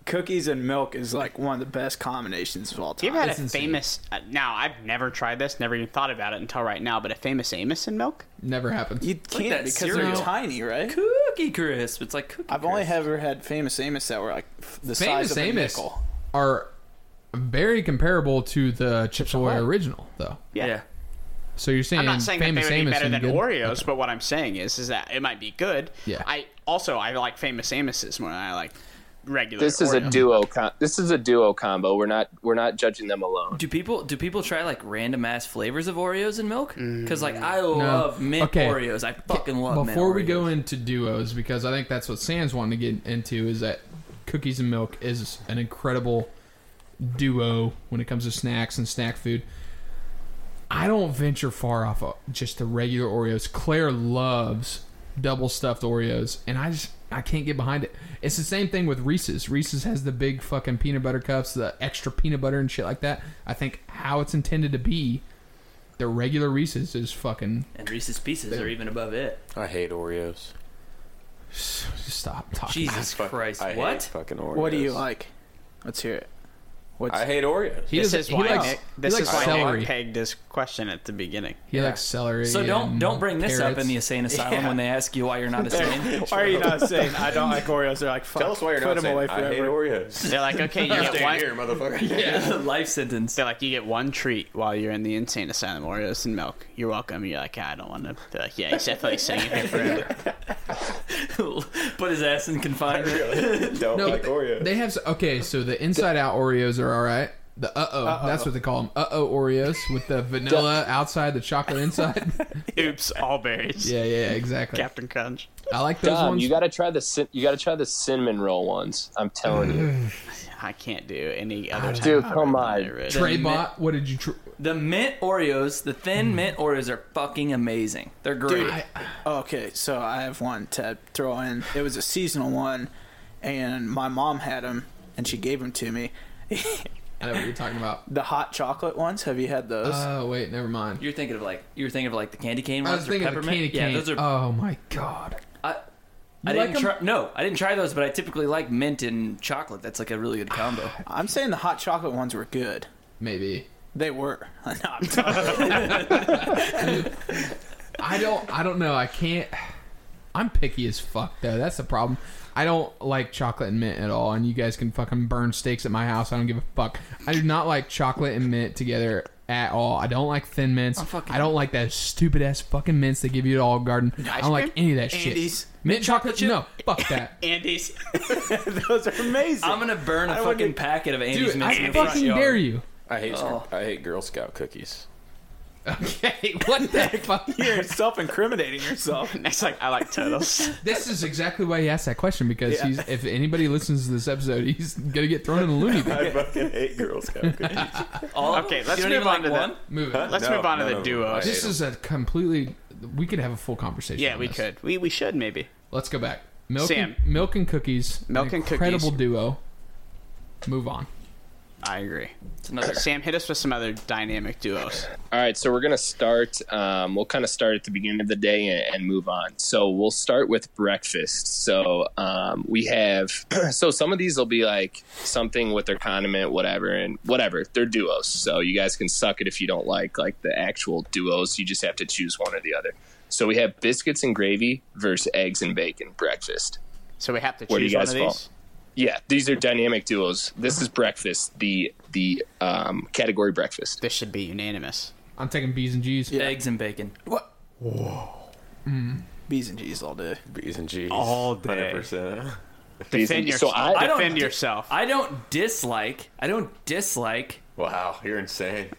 Speaker 3: Cookies and milk is like one of the best combinations of all
Speaker 2: You
Speaker 3: time.
Speaker 2: ever had
Speaker 4: It's
Speaker 2: a
Speaker 4: insane.
Speaker 2: famous? Uh, now I've never tried this, never even thought about it until right now. But a famous Amos in milk.
Speaker 4: Never happens.
Speaker 3: you can't
Speaker 5: that
Speaker 3: because
Speaker 5: cereal.
Speaker 3: they're tiny, right?
Speaker 5: Cookie crisp. It's like cookie.
Speaker 3: I've only
Speaker 5: crisp.
Speaker 3: ever had Famous Amos that were like f- the size
Speaker 4: Famous
Speaker 3: of a
Speaker 4: Amos
Speaker 3: nickel.
Speaker 4: are very comparable to the Chips Ahoy original, though.
Speaker 2: Yeah.
Speaker 5: Yeah.
Speaker 4: So you're saying,
Speaker 2: I'm not saying
Speaker 4: Famous
Speaker 2: that they would
Speaker 4: Amos
Speaker 2: be better
Speaker 4: and
Speaker 2: than
Speaker 4: good-
Speaker 2: Oreos, but what I'm saying is, is that it might be good.
Speaker 4: Yeah.
Speaker 2: I also I like Famous Amos's more than I like regular.
Speaker 7: This is a
Speaker 2: Oreo.
Speaker 7: duo. Com- this is a duo combo. We're not we're not judging them alone.
Speaker 5: Do people do people try like random ass flavors of Oreos and milk? Because like I love mint
Speaker 4: Okay.
Speaker 5: Oreos. I fucking love mint
Speaker 4: Before we
Speaker 5: Oreos.
Speaker 4: go into duos, because I think that's what Sam's wanting to get into, is that cookies and milk is an incredible duo when it comes to snacks and snack food. I don't venture far off of just the regular Oreos. Claire loves double stuffed Oreos, and I just I can't get behind it. It's the same thing with Reese's. Reese's has the big fucking peanut butter cups, the extra peanut butter and shit like that. I think how it's intended to be, the regular Reese's is fucking
Speaker 5: and Reese's Pieces are even above it.
Speaker 6: I hate Oreos.
Speaker 4: stop talking.
Speaker 5: Jesus
Speaker 6: Fuck-
Speaker 5: Christ!
Speaker 6: I hate
Speaker 5: what?
Speaker 6: fucking Oreos.
Speaker 3: What do you like? Let's hear it. What's
Speaker 6: I hate Oreos.
Speaker 4: He
Speaker 2: This
Speaker 4: doesn't-
Speaker 2: is
Speaker 4: he
Speaker 2: why
Speaker 4: likes-
Speaker 2: Nick,
Speaker 4: he
Speaker 2: this
Speaker 4: likes
Speaker 2: is why
Speaker 4: celery.
Speaker 2: Nick pegged this question at the beginning.
Speaker 4: He likes celery.
Speaker 5: So don't
Speaker 4: and
Speaker 5: don't bring this up in the
Speaker 4: carrots.
Speaker 5: insane asylum when they ask you why you're not a saint.
Speaker 3: Why are you not saying I don't like Oreos? They're like, fuck,
Speaker 6: Tell us why you're
Speaker 3: put
Speaker 6: not
Speaker 3: them
Speaker 6: saying
Speaker 3: away
Speaker 6: I hate
Speaker 3: forever.
Speaker 6: Oreos.
Speaker 2: They're like, okay, you get
Speaker 6: Stay
Speaker 2: one.
Speaker 6: here, motherfucker.
Speaker 5: Life sentence.
Speaker 2: They're like, you get one treat while you're in the insane asylum, Oreos and milk. You're welcome. You're like, I don't want to. They're like, yeah, he's definitely staying here forever.
Speaker 5: Put his ass in confinement.
Speaker 6: Really? Don't
Speaker 4: No,
Speaker 6: like
Speaker 5: Oh,
Speaker 4: they-
Speaker 6: Oreos.
Speaker 4: They have s- okay. So the inside out Oreos are all right. The uh oh, that's what they call them. Uh oh Oreos with the vanilla outside, the chocolate inside.
Speaker 2: Oops, all berries.
Speaker 4: yeah, yeah, exactly.
Speaker 2: Captain Crunch.
Speaker 4: I like those
Speaker 7: Dom,
Speaker 4: ones.
Speaker 7: you gotta try the cin- you gotta try the cinnamon roll ones. I'm telling you,
Speaker 2: I can't do any other. type
Speaker 7: dude,
Speaker 2: of
Speaker 7: come
Speaker 2: berry.
Speaker 7: on.
Speaker 2: Really.
Speaker 4: Trey
Speaker 5: mint-
Speaker 4: bought. What did you? Tr-
Speaker 5: The mint Oreos, the
Speaker 4: Hmm.
Speaker 5: thin mint Oreos are fucking amazing. They're great.
Speaker 3: Dude, Okay, so I have one to throw in. It was a seasonal one, and my mom had them, and she gave them to me.
Speaker 4: I know what you're talking about.
Speaker 3: The hot chocolate ones. Have you had those?
Speaker 4: Oh wait, never mind.
Speaker 5: you're thinking of like you were thinking of like the candy cane
Speaker 4: I
Speaker 5: ones
Speaker 4: was
Speaker 5: or
Speaker 4: thinking of the
Speaker 5: peppermint.
Speaker 4: candy cane.
Speaker 5: Yeah, those are.
Speaker 4: Oh my god.
Speaker 5: I, I
Speaker 4: You like
Speaker 5: didn't
Speaker 4: 'em?
Speaker 5: try. No, I didn't try those, but I typically like mint and chocolate. That's like a really good combo.
Speaker 3: I'm saying the hot chocolate ones were good.
Speaker 4: Maybe.
Speaker 3: They were. No, I'm telling you.
Speaker 4: I don't. I don't know. I can't. I'm picky as fuck though. That's the problem. I don't like chocolate and mint at all, and you guys can fucking burn steaks at my house. I don't give a fuck. I do not like chocolate and mint together at all. I don't like thin mints. I don't like that stupid ass fucking mints they give you at Olive Garden. I don't like any of that shit.
Speaker 3: Andes.
Speaker 4: Mint chocolate chip? No, fuck that.
Speaker 2: Andy's.
Speaker 3: those are amazing.
Speaker 5: I'm gonna burn a
Speaker 3: wouldn't-
Speaker 5: fucking packet of Andy's
Speaker 4: Dude,
Speaker 5: mints in
Speaker 4: I
Speaker 5: the front
Speaker 4: fucking
Speaker 5: yard.
Speaker 4: dare you.
Speaker 6: I I hate
Speaker 5: Oh.
Speaker 6: I hate Girl Scout cookies.
Speaker 4: Okay, what the fuck?
Speaker 3: You're self-incriminating yourself.
Speaker 2: It's like I like turtles.
Speaker 4: This is exactly why he asked that question because
Speaker 3: Yeah.
Speaker 4: he's, if anybody listens to this episode, he's gonna get thrown in the loony bin.
Speaker 6: I fucking hate Girl Scout cookies.
Speaker 5: All of
Speaker 2: Okay,
Speaker 5: them?
Speaker 2: let's
Speaker 5: You don't even
Speaker 2: move on
Speaker 5: like
Speaker 2: to
Speaker 5: one?
Speaker 2: the-
Speaker 4: Move it.
Speaker 2: Let's
Speaker 6: No,
Speaker 2: move on to
Speaker 6: no,
Speaker 2: the
Speaker 6: no, no.
Speaker 2: duo.
Speaker 6: I-
Speaker 4: This is a completely. We could have a full conversation.
Speaker 2: Yeah,
Speaker 4: on
Speaker 2: we
Speaker 4: this.
Speaker 2: could. We we should maybe.
Speaker 4: Let's go back. Milk
Speaker 2: Sam.
Speaker 4: And, milk and cookies.
Speaker 2: Milk
Speaker 4: an
Speaker 2: and cookies.
Speaker 4: Incredible duo. Move on.
Speaker 2: I agree.
Speaker 5: It's another.
Speaker 2: Sam, hit us with some other dynamic duos.
Speaker 7: All right, so we're going to start. Um, we'll kind of start at the beginning of the day and, and move on. So we'll start with breakfast. So um, we have, so some of these will be like something with their condiment, whatever, and whatever. They're duos. So you guys can suck it if you don't like like the actual duos. You just have to choose one or the other. So we have biscuits and gravy versus eggs and bacon breakfast.
Speaker 2: So we have to
Speaker 7: Where do
Speaker 2: choose
Speaker 7: you
Speaker 2: one of
Speaker 7: guys
Speaker 2: these.
Speaker 7: Yeah, these are dynamic duos. This is breakfast, the the um, category breakfast.
Speaker 2: This should be unanimous.
Speaker 4: I'm taking B's and G's.
Speaker 5: Eggs and bacon.
Speaker 3: What? Whoa. B's and G's all day.
Speaker 6: B's and G's.
Speaker 2: All day.
Speaker 6: 100%.
Speaker 2: Defend
Speaker 7: So
Speaker 2: yourself.
Speaker 7: I- I
Speaker 5: don't-
Speaker 2: defend yourself.
Speaker 5: I don't dislike. I don't dislike
Speaker 6: Wow, you're insane.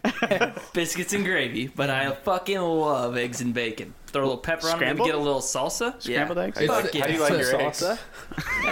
Speaker 5: biscuits and gravy, but I fucking love eggs and bacon. Throw a little pepper on it, maybe
Speaker 2: Scrambled?
Speaker 5: get a little salsa.
Speaker 2: Scrambled
Speaker 5: yeah.
Speaker 2: eggs?
Speaker 4: It's-
Speaker 5: Fuck
Speaker 6: How do you
Speaker 5: yeah.
Speaker 6: like
Speaker 4: It's
Speaker 6: your
Speaker 4: a
Speaker 6: eggs?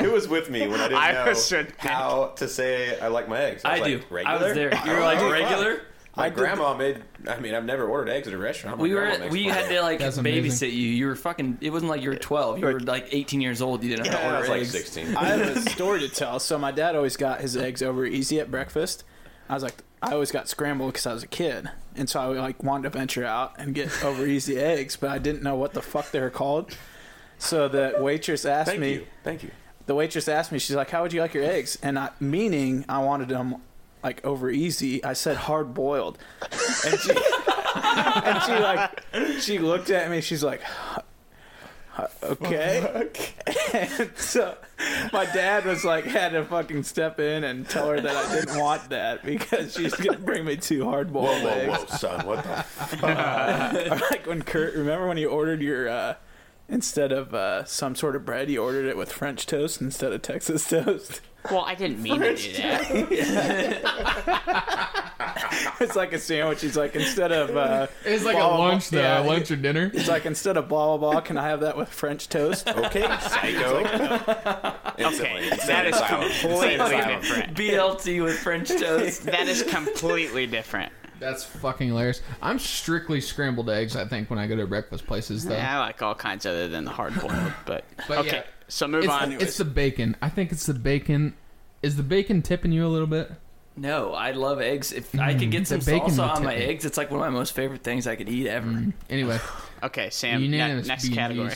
Speaker 6: Who was with me when I didn't
Speaker 2: I
Speaker 6: know
Speaker 2: was with-
Speaker 6: how to say I like my eggs?
Speaker 5: I
Speaker 6: was
Speaker 5: do.
Speaker 6: like,
Speaker 5: I was
Speaker 6: regular?
Speaker 5: there. You were like
Speaker 6: Oh, fuck.
Speaker 5: regular.
Speaker 6: My grandma made. I mean, I've never ordered eggs at a restaurant. My
Speaker 5: We were
Speaker 6: grandma makes
Speaker 5: we
Speaker 6: mine.
Speaker 5: had to like
Speaker 4: That's amazing.
Speaker 5: babysit you. You were fucking. It wasn't like you were twelve. You were like eighteen years old. You didn't know how
Speaker 6: Yeah,
Speaker 5: to
Speaker 6: I
Speaker 5: order
Speaker 6: was like
Speaker 5: eggs.
Speaker 6: 16.
Speaker 3: I have a story to tell. So my dad always got his eggs over easy at breakfast. I was like, I always got scrambled because I was a kid, and so I like wanted to venture out and get over easy eggs, but I didn't know what the fuck they were called. So the waitress asked
Speaker 6: Thank
Speaker 3: me.
Speaker 6: you. Thank you.
Speaker 3: The waitress asked me. She's like, "How would you like your eggs?" And I, meaning I wanted them like over easy. I said hard boiled, and she and she like she looked at me. She's like. "Uh, Okay. And so my dad was like had to fucking step in and tell her that I didn't want that because she's gonna bring me two hard boiled
Speaker 6: Whoa, whoa,
Speaker 3: eggs.
Speaker 6: whoa, son! What the?
Speaker 3: Or like when Kurt, remember when you ordered your uh, instead of uh, some sort of bread, you ordered it with French toast instead of Texas toast.
Speaker 2: well, I didn't mean to do that.
Speaker 3: It's like a sandwich. He's like instead of uh,
Speaker 4: It's like a
Speaker 3: blah, blah,
Speaker 4: lunch though,
Speaker 3: yeah,
Speaker 4: lunch or dinner.
Speaker 3: He's like instead of blah blah blah, can I have that with French toast?
Speaker 6: Okay, psycho.
Speaker 2: Okay, that is completely different.
Speaker 5: BLT with French toast.
Speaker 2: That is completely different.
Speaker 4: That's fucking hilarious. I'm strictly scrambled eggs. I think when I go to breakfast places though,
Speaker 2: Yeah, I like all kinds other than the hard boiled, but,
Speaker 4: But
Speaker 2: okay.
Speaker 4: yeah.
Speaker 2: So move
Speaker 4: it's,
Speaker 2: on.
Speaker 4: it's the bacon. I think it's the bacon. Is the bacon tipping you a little bit?
Speaker 5: No, I love eggs. If I could
Speaker 4: Mm, the
Speaker 5: get some
Speaker 4: bacon Mm.
Speaker 5: salsa
Speaker 4: would
Speaker 5: on my
Speaker 4: tip me.
Speaker 5: eggs, it's like one of my most favorite things I could eat ever.
Speaker 4: Anyway,
Speaker 2: okay, Sam. Ne-
Speaker 4: unanimous.
Speaker 2: next
Speaker 4: B's.
Speaker 2: category.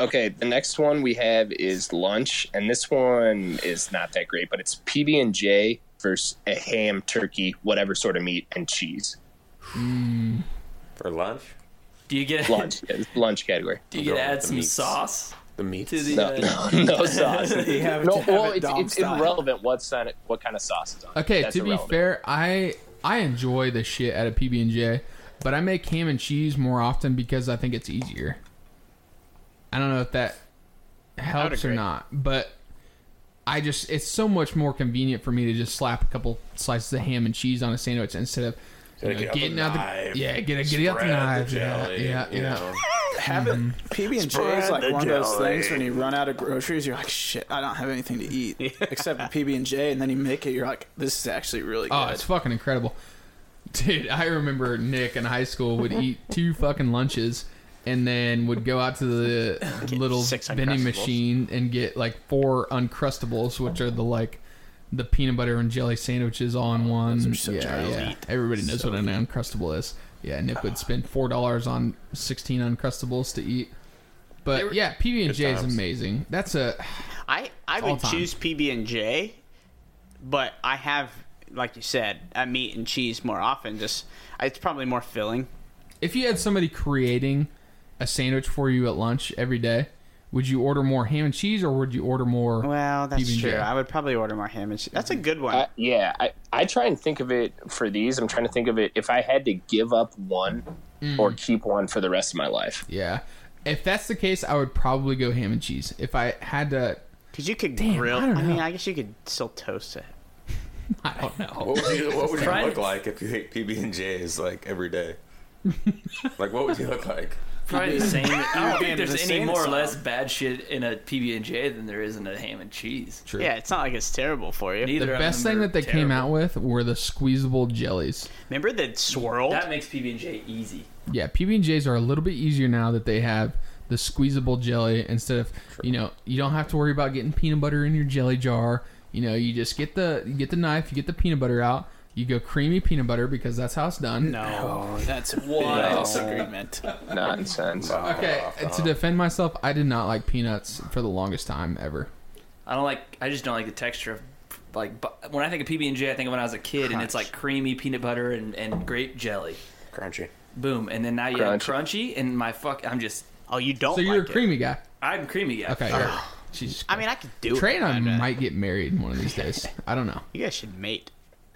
Speaker 7: Okay, the next one we have is lunch, and this one is not that great, but it's PB and J versus a ham, turkey, whatever sort of meat, and cheese.
Speaker 6: For lunch,
Speaker 5: Do you get
Speaker 7: Lunch, yeah, lunch category.
Speaker 5: do you get to
Speaker 6: Going
Speaker 5: add
Speaker 6: with the
Speaker 5: some
Speaker 6: meats.
Speaker 5: sauce
Speaker 6: the meat.
Speaker 5: to the?
Speaker 7: No,
Speaker 5: uh,
Speaker 7: no, no sauce.
Speaker 3: You have
Speaker 7: No,
Speaker 3: to have
Speaker 7: well,
Speaker 3: it
Speaker 7: it's,
Speaker 3: Dom
Speaker 7: it's
Speaker 3: style.
Speaker 7: irrelevant what sign, what kind of sauce is on. it.
Speaker 4: Okay,
Speaker 7: That's
Speaker 4: to be
Speaker 7: irrelevant.
Speaker 4: fair, I I enjoy the shit out of PB and J, but I make ham and cheese more often because I think it's easier. I don't know if that helps or
Speaker 2: agree.
Speaker 4: not, but I just it's so much more convenient for me to just slap a couple slices of ham and cheese on a sandwich instead of you know,
Speaker 6: Gotta get out the
Speaker 4: getting out the
Speaker 6: knife,
Speaker 4: yeah, get it, get it out the
Speaker 6: spread the
Speaker 4: knife, yeah,
Speaker 6: jelly,
Speaker 4: yeah,
Speaker 6: you
Speaker 4: yeah.
Speaker 6: know.
Speaker 3: Having PB and J is like one of those things when you run out of groceries, you're like, shit, I don't have anything to eat except for PB and J, and then you make it, you're like, this is actually really
Speaker 4: Oh,
Speaker 3: good.
Speaker 4: it's fucking incredible. Dude, I remember Nick in high school would eat two fucking lunches and then would go out to the little
Speaker 2: six
Speaker 4: vending
Speaker 2: Uncrustables.
Speaker 4: machine and get like four uncrustables, which are the like the peanut butter and jelly sandwiches all in one.
Speaker 3: so
Speaker 4: yeah,
Speaker 3: child's
Speaker 4: yeah. Everybody knows what an uncrustable is. Yeah, Nick would spend four dollars on sixteen uncrustables to eat. But yeah, PB and J is
Speaker 6: times.
Speaker 4: amazing. That's a
Speaker 2: I I
Speaker 4: All
Speaker 2: would
Speaker 4: time.
Speaker 2: choose PB and J, but I have, like you said, a meat and cheese more often. Just it's probably more filling.
Speaker 4: if you had somebody creating a sandwich for you at lunch every day, would you order more ham and cheese or would you order more?
Speaker 2: Well, that's
Speaker 4: PB&J.
Speaker 2: true. I would probably order more ham and cheese. That's a good one.
Speaker 7: I, yeah, I, I try and think of it for these. I'm trying to think of it if I had to give up one
Speaker 4: Hmm.
Speaker 7: or keep one for the rest of my life.
Speaker 4: yeah. If that's the case, I would probably go ham and cheese. If I had to,
Speaker 2: Because you could
Speaker 4: Damn,
Speaker 2: grill.
Speaker 4: I don't
Speaker 2: I, mean,
Speaker 4: know.
Speaker 2: I guess you could still toast it.
Speaker 4: I don't know.
Speaker 6: What would you, what would you
Speaker 5: Trying
Speaker 6: look
Speaker 5: to-
Speaker 6: like if you ate PB and J's like every day? like what would you look like?
Speaker 5: Probably the same. I don't
Speaker 3: You'd
Speaker 5: think
Speaker 3: be
Speaker 5: there's
Speaker 3: in
Speaker 5: any
Speaker 3: the
Speaker 5: more or
Speaker 3: same
Speaker 5: less
Speaker 3: song.
Speaker 5: bad shit in a PB and J than there is in a ham and cheese.
Speaker 4: True.
Speaker 2: Yeah, it's not like it's terrible for you.
Speaker 5: Neither
Speaker 4: the
Speaker 5: of
Speaker 4: best
Speaker 5: them
Speaker 4: thing
Speaker 5: are
Speaker 4: that they came
Speaker 5: terrible.
Speaker 4: out with were the squeezable jellies.
Speaker 2: Remember the swirl?
Speaker 5: That makes PB and J easy.
Speaker 4: Yeah, PB and J's are a little bit easier now that they have the squeezable jelly instead of you know you don't have to worry about getting peanut butter in your jelly jar. You know, you just get the you get the knife, you get the peanut butter out, you go creamy peanut butter because that's how it's done.
Speaker 2: no.
Speaker 3: Oh, that's a big
Speaker 5: Wow.
Speaker 3: disagreement.
Speaker 7: Nonsense.
Speaker 4: Okay, to defend myself, I did not like peanuts for the longest time ever.
Speaker 5: I don't like. I just don't like the texture of like bu- when I think of PB and J, I think of when I was a kid, and it's like creamy peanut butter and, and grape jelly.
Speaker 6: Crunchy.
Speaker 5: Boom, and then now you have crunchy, and my fuck, I'm just
Speaker 2: Oh, you don't
Speaker 4: So you're
Speaker 2: like
Speaker 4: a
Speaker 2: it.
Speaker 4: creamy guy.
Speaker 5: I'm creamy guy.
Speaker 4: Okay. you're- Jesus.
Speaker 2: I mean, I could do
Speaker 4: Trey
Speaker 2: it.
Speaker 4: and I
Speaker 2: but, uh,
Speaker 4: might get married one of these days. I don't know.
Speaker 2: You guys should mate.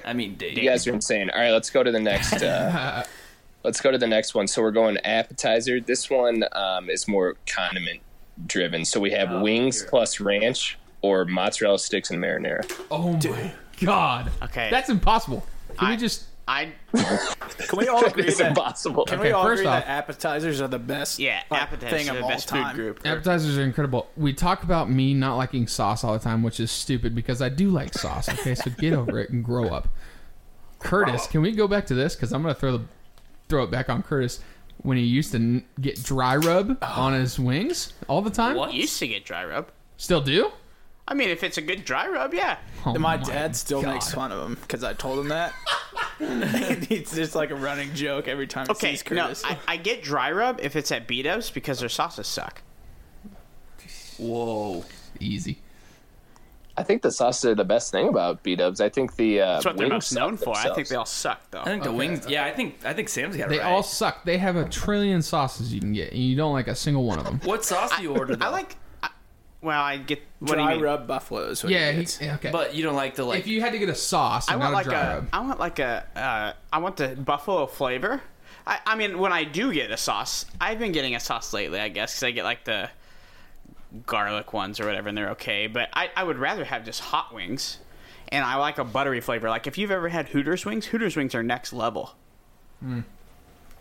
Speaker 5: I mean, date.
Speaker 7: You guys are insane. All right, let's go to the next. Uh, let's go to the next one. So we're going appetizer. This one um, is more condiment driven. So we
Speaker 2: Oh,
Speaker 7: have wings plus ranch or mozzarella sticks and marinara.
Speaker 4: Oh my god.
Speaker 2: Okay.
Speaker 4: That's impossible. Can we
Speaker 2: I-
Speaker 4: just
Speaker 2: I
Speaker 3: Can we all agree
Speaker 7: It's
Speaker 3: that?
Speaker 7: impossible.
Speaker 3: Can
Speaker 4: Okay,
Speaker 3: we all
Speaker 4: first
Speaker 3: agree
Speaker 4: off-
Speaker 3: that appetizers are the best?
Speaker 2: Yeah,
Speaker 3: like,
Speaker 2: appetizers
Speaker 3: thing
Speaker 2: are
Speaker 3: of
Speaker 2: the
Speaker 3: all
Speaker 2: best food
Speaker 3: time?
Speaker 2: group.
Speaker 4: Appetizers are incredible. We talk about me not liking sauce all the time, which is stupid because I do like sauce. Okay, so get over it and grow up. Curtis, can we go back to this? Because I'm gonna throw the throw it back on Curtis when he used to n- get dry rub on his wings all the time.
Speaker 5: What?
Speaker 2: used to get dry rub.
Speaker 4: Still do?
Speaker 2: I mean, if it's a good dry rub, yeah.
Speaker 4: Oh
Speaker 3: My, dad still
Speaker 4: God.
Speaker 3: makes fun of him because I told him that. it's just like a running joke every time he
Speaker 2: Okay,
Speaker 3: sees
Speaker 2: no,
Speaker 3: Curtis.
Speaker 2: I, I get dry rub if it's at beat ups because their sauces suck.
Speaker 5: Whoa.
Speaker 4: easy.
Speaker 7: I think the sauces are the best thing about B Dubs. I think the uh,
Speaker 2: That's what they're most known for. I think they all suck,
Speaker 5: I
Speaker 2: though.
Speaker 5: think the wings. Yeah, I think I think Sam's got it
Speaker 4: They
Speaker 5: right.
Speaker 4: all suck. They have a trillion sauces you can get, and you don't like a single one of them.
Speaker 5: What sauce do you order? Though?
Speaker 2: I like. I, well, I get. What do
Speaker 3: Dry
Speaker 2: you mean?
Speaker 3: rub buffaloes. what
Speaker 4: yeah.
Speaker 3: he
Speaker 4: He,
Speaker 3: gets.
Speaker 4: okay.
Speaker 5: but you don't like the like.
Speaker 4: if you had to get a sauce,
Speaker 2: I
Speaker 4: and not
Speaker 2: want like
Speaker 4: a dry
Speaker 2: a.
Speaker 4: rub.
Speaker 2: I want like a. Uh, I want the buffalo flavor. I, I mean, when I do get a sauce, I've been getting a sauce lately, I guess, because I get like the garlic ones or whatever, and they're okay. But I, I would rather have just hot wings, and I like a buttery flavor. Like if you've ever had Hooters wings, Hooters wings are next level.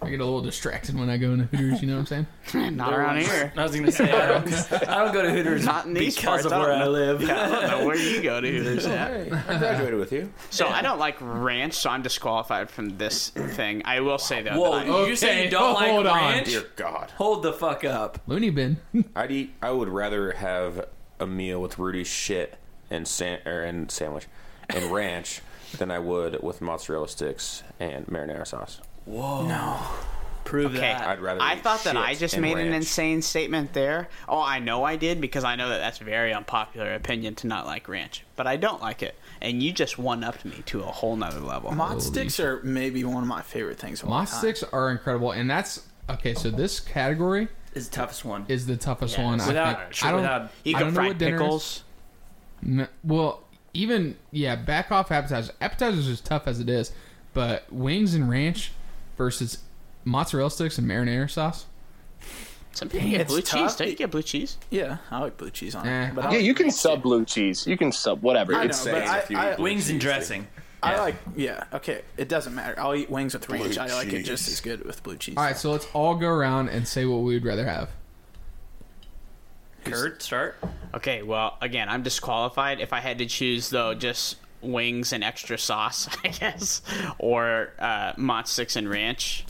Speaker 4: I get a little distracted when I go into Hooters. You know what I'm saying?
Speaker 2: Not around here.
Speaker 5: I was gonna say I don't, I don't go to Hooters
Speaker 2: Not in these
Speaker 5: because
Speaker 2: parts.
Speaker 5: of
Speaker 2: I
Speaker 5: where
Speaker 2: don't
Speaker 5: I
Speaker 2: know.
Speaker 5: live.
Speaker 2: Yeah, I don't know where you go to Hooters at.
Speaker 6: I graduated with you.
Speaker 2: So I don't like ranch, so I'm disqualified from this thing. I will say though,
Speaker 5: Whoa,
Speaker 2: that I-
Speaker 5: you say
Speaker 4: Okay,
Speaker 5: you don't
Speaker 4: hold
Speaker 5: like
Speaker 4: on.
Speaker 5: ranch?
Speaker 6: Dear God.
Speaker 5: Hold the fuck up.
Speaker 4: Looney bin.
Speaker 6: I'd eat. I would rather have a meal with Rudy's shit and san- er, and sandwich and ranch than I would with mozzarella sticks and marinara sauce.
Speaker 5: Prove
Speaker 2: Okay.
Speaker 5: that.
Speaker 6: I'd rather.
Speaker 2: I
Speaker 6: eat
Speaker 2: thought that
Speaker 6: shit
Speaker 2: I just
Speaker 6: and
Speaker 2: made an
Speaker 6: ranch.
Speaker 2: insane statement there. Oh, I know I did because I know that that's a very unpopular opinion to not like ranch, but I don't like it, and you just one upped me to a whole nother level.
Speaker 3: Mod sticks are maybe one of my favorite things. of all
Speaker 4: Mod
Speaker 3: time.
Speaker 4: sticks are incredible, and that's okay. So this category
Speaker 5: It's the toughest one.
Speaker 4: is the toughest one.
Speaker 5: without-
Speaker 4: I, think.
Speaker 5: sure,
Speaker 4: I don't.
Speaker 5: without-
Speaker 2: you
Speaker 4: I
Speaker 2: can
Speaker 4: don't know
Speaker 2: fry
Speaker 4: what dinner is.
Speaker 2: pickles.
Speaker 4: N- Well, even yeah, back off appetizers. Appetizers is tough as it is, but wings and ranch versus mozzarella sticks and marinara sauce.
Speaker 2: Some people get
Speaker 3: it's
Speaker 2: blue cheese.
Speaker 3: tough.
Speaker 2: Don't you get blue cheese?
Speaker 3: Yeah, I like blue cheese on
Speaker 4: Eh.
Speaker 3: it. But I,
Speaker 7: Yeah, you can sub blue cheese. You can sub whatever.
Speaker 3: I know,
Speaker 7: It's
Speaker 3: but
Speaker 6: Insane
Speaker 3: I,
Speaker 6: if you
Speaker 3: I-
Speaker 6: eat blue
Speaker 5: Wings and
Speaker 6: cheese, dude.
Speaker 5: dressing.
Speaker 3: I like. Yeah, okay. It doesn't matter. I'll eat wings with ranch. I like it just
Speaker 6: cheese.
Speaker 3: as good with blue cheese.
Speaker 4: All right, so let's all go around and say what we would rather have.
Speaker 5: Kurt, start.
Speaker 2: Okay, well, again, I'm disqualified. If I had to choose, though, just wings and extra sauce, I guess, or uh, Mott Six and ranch.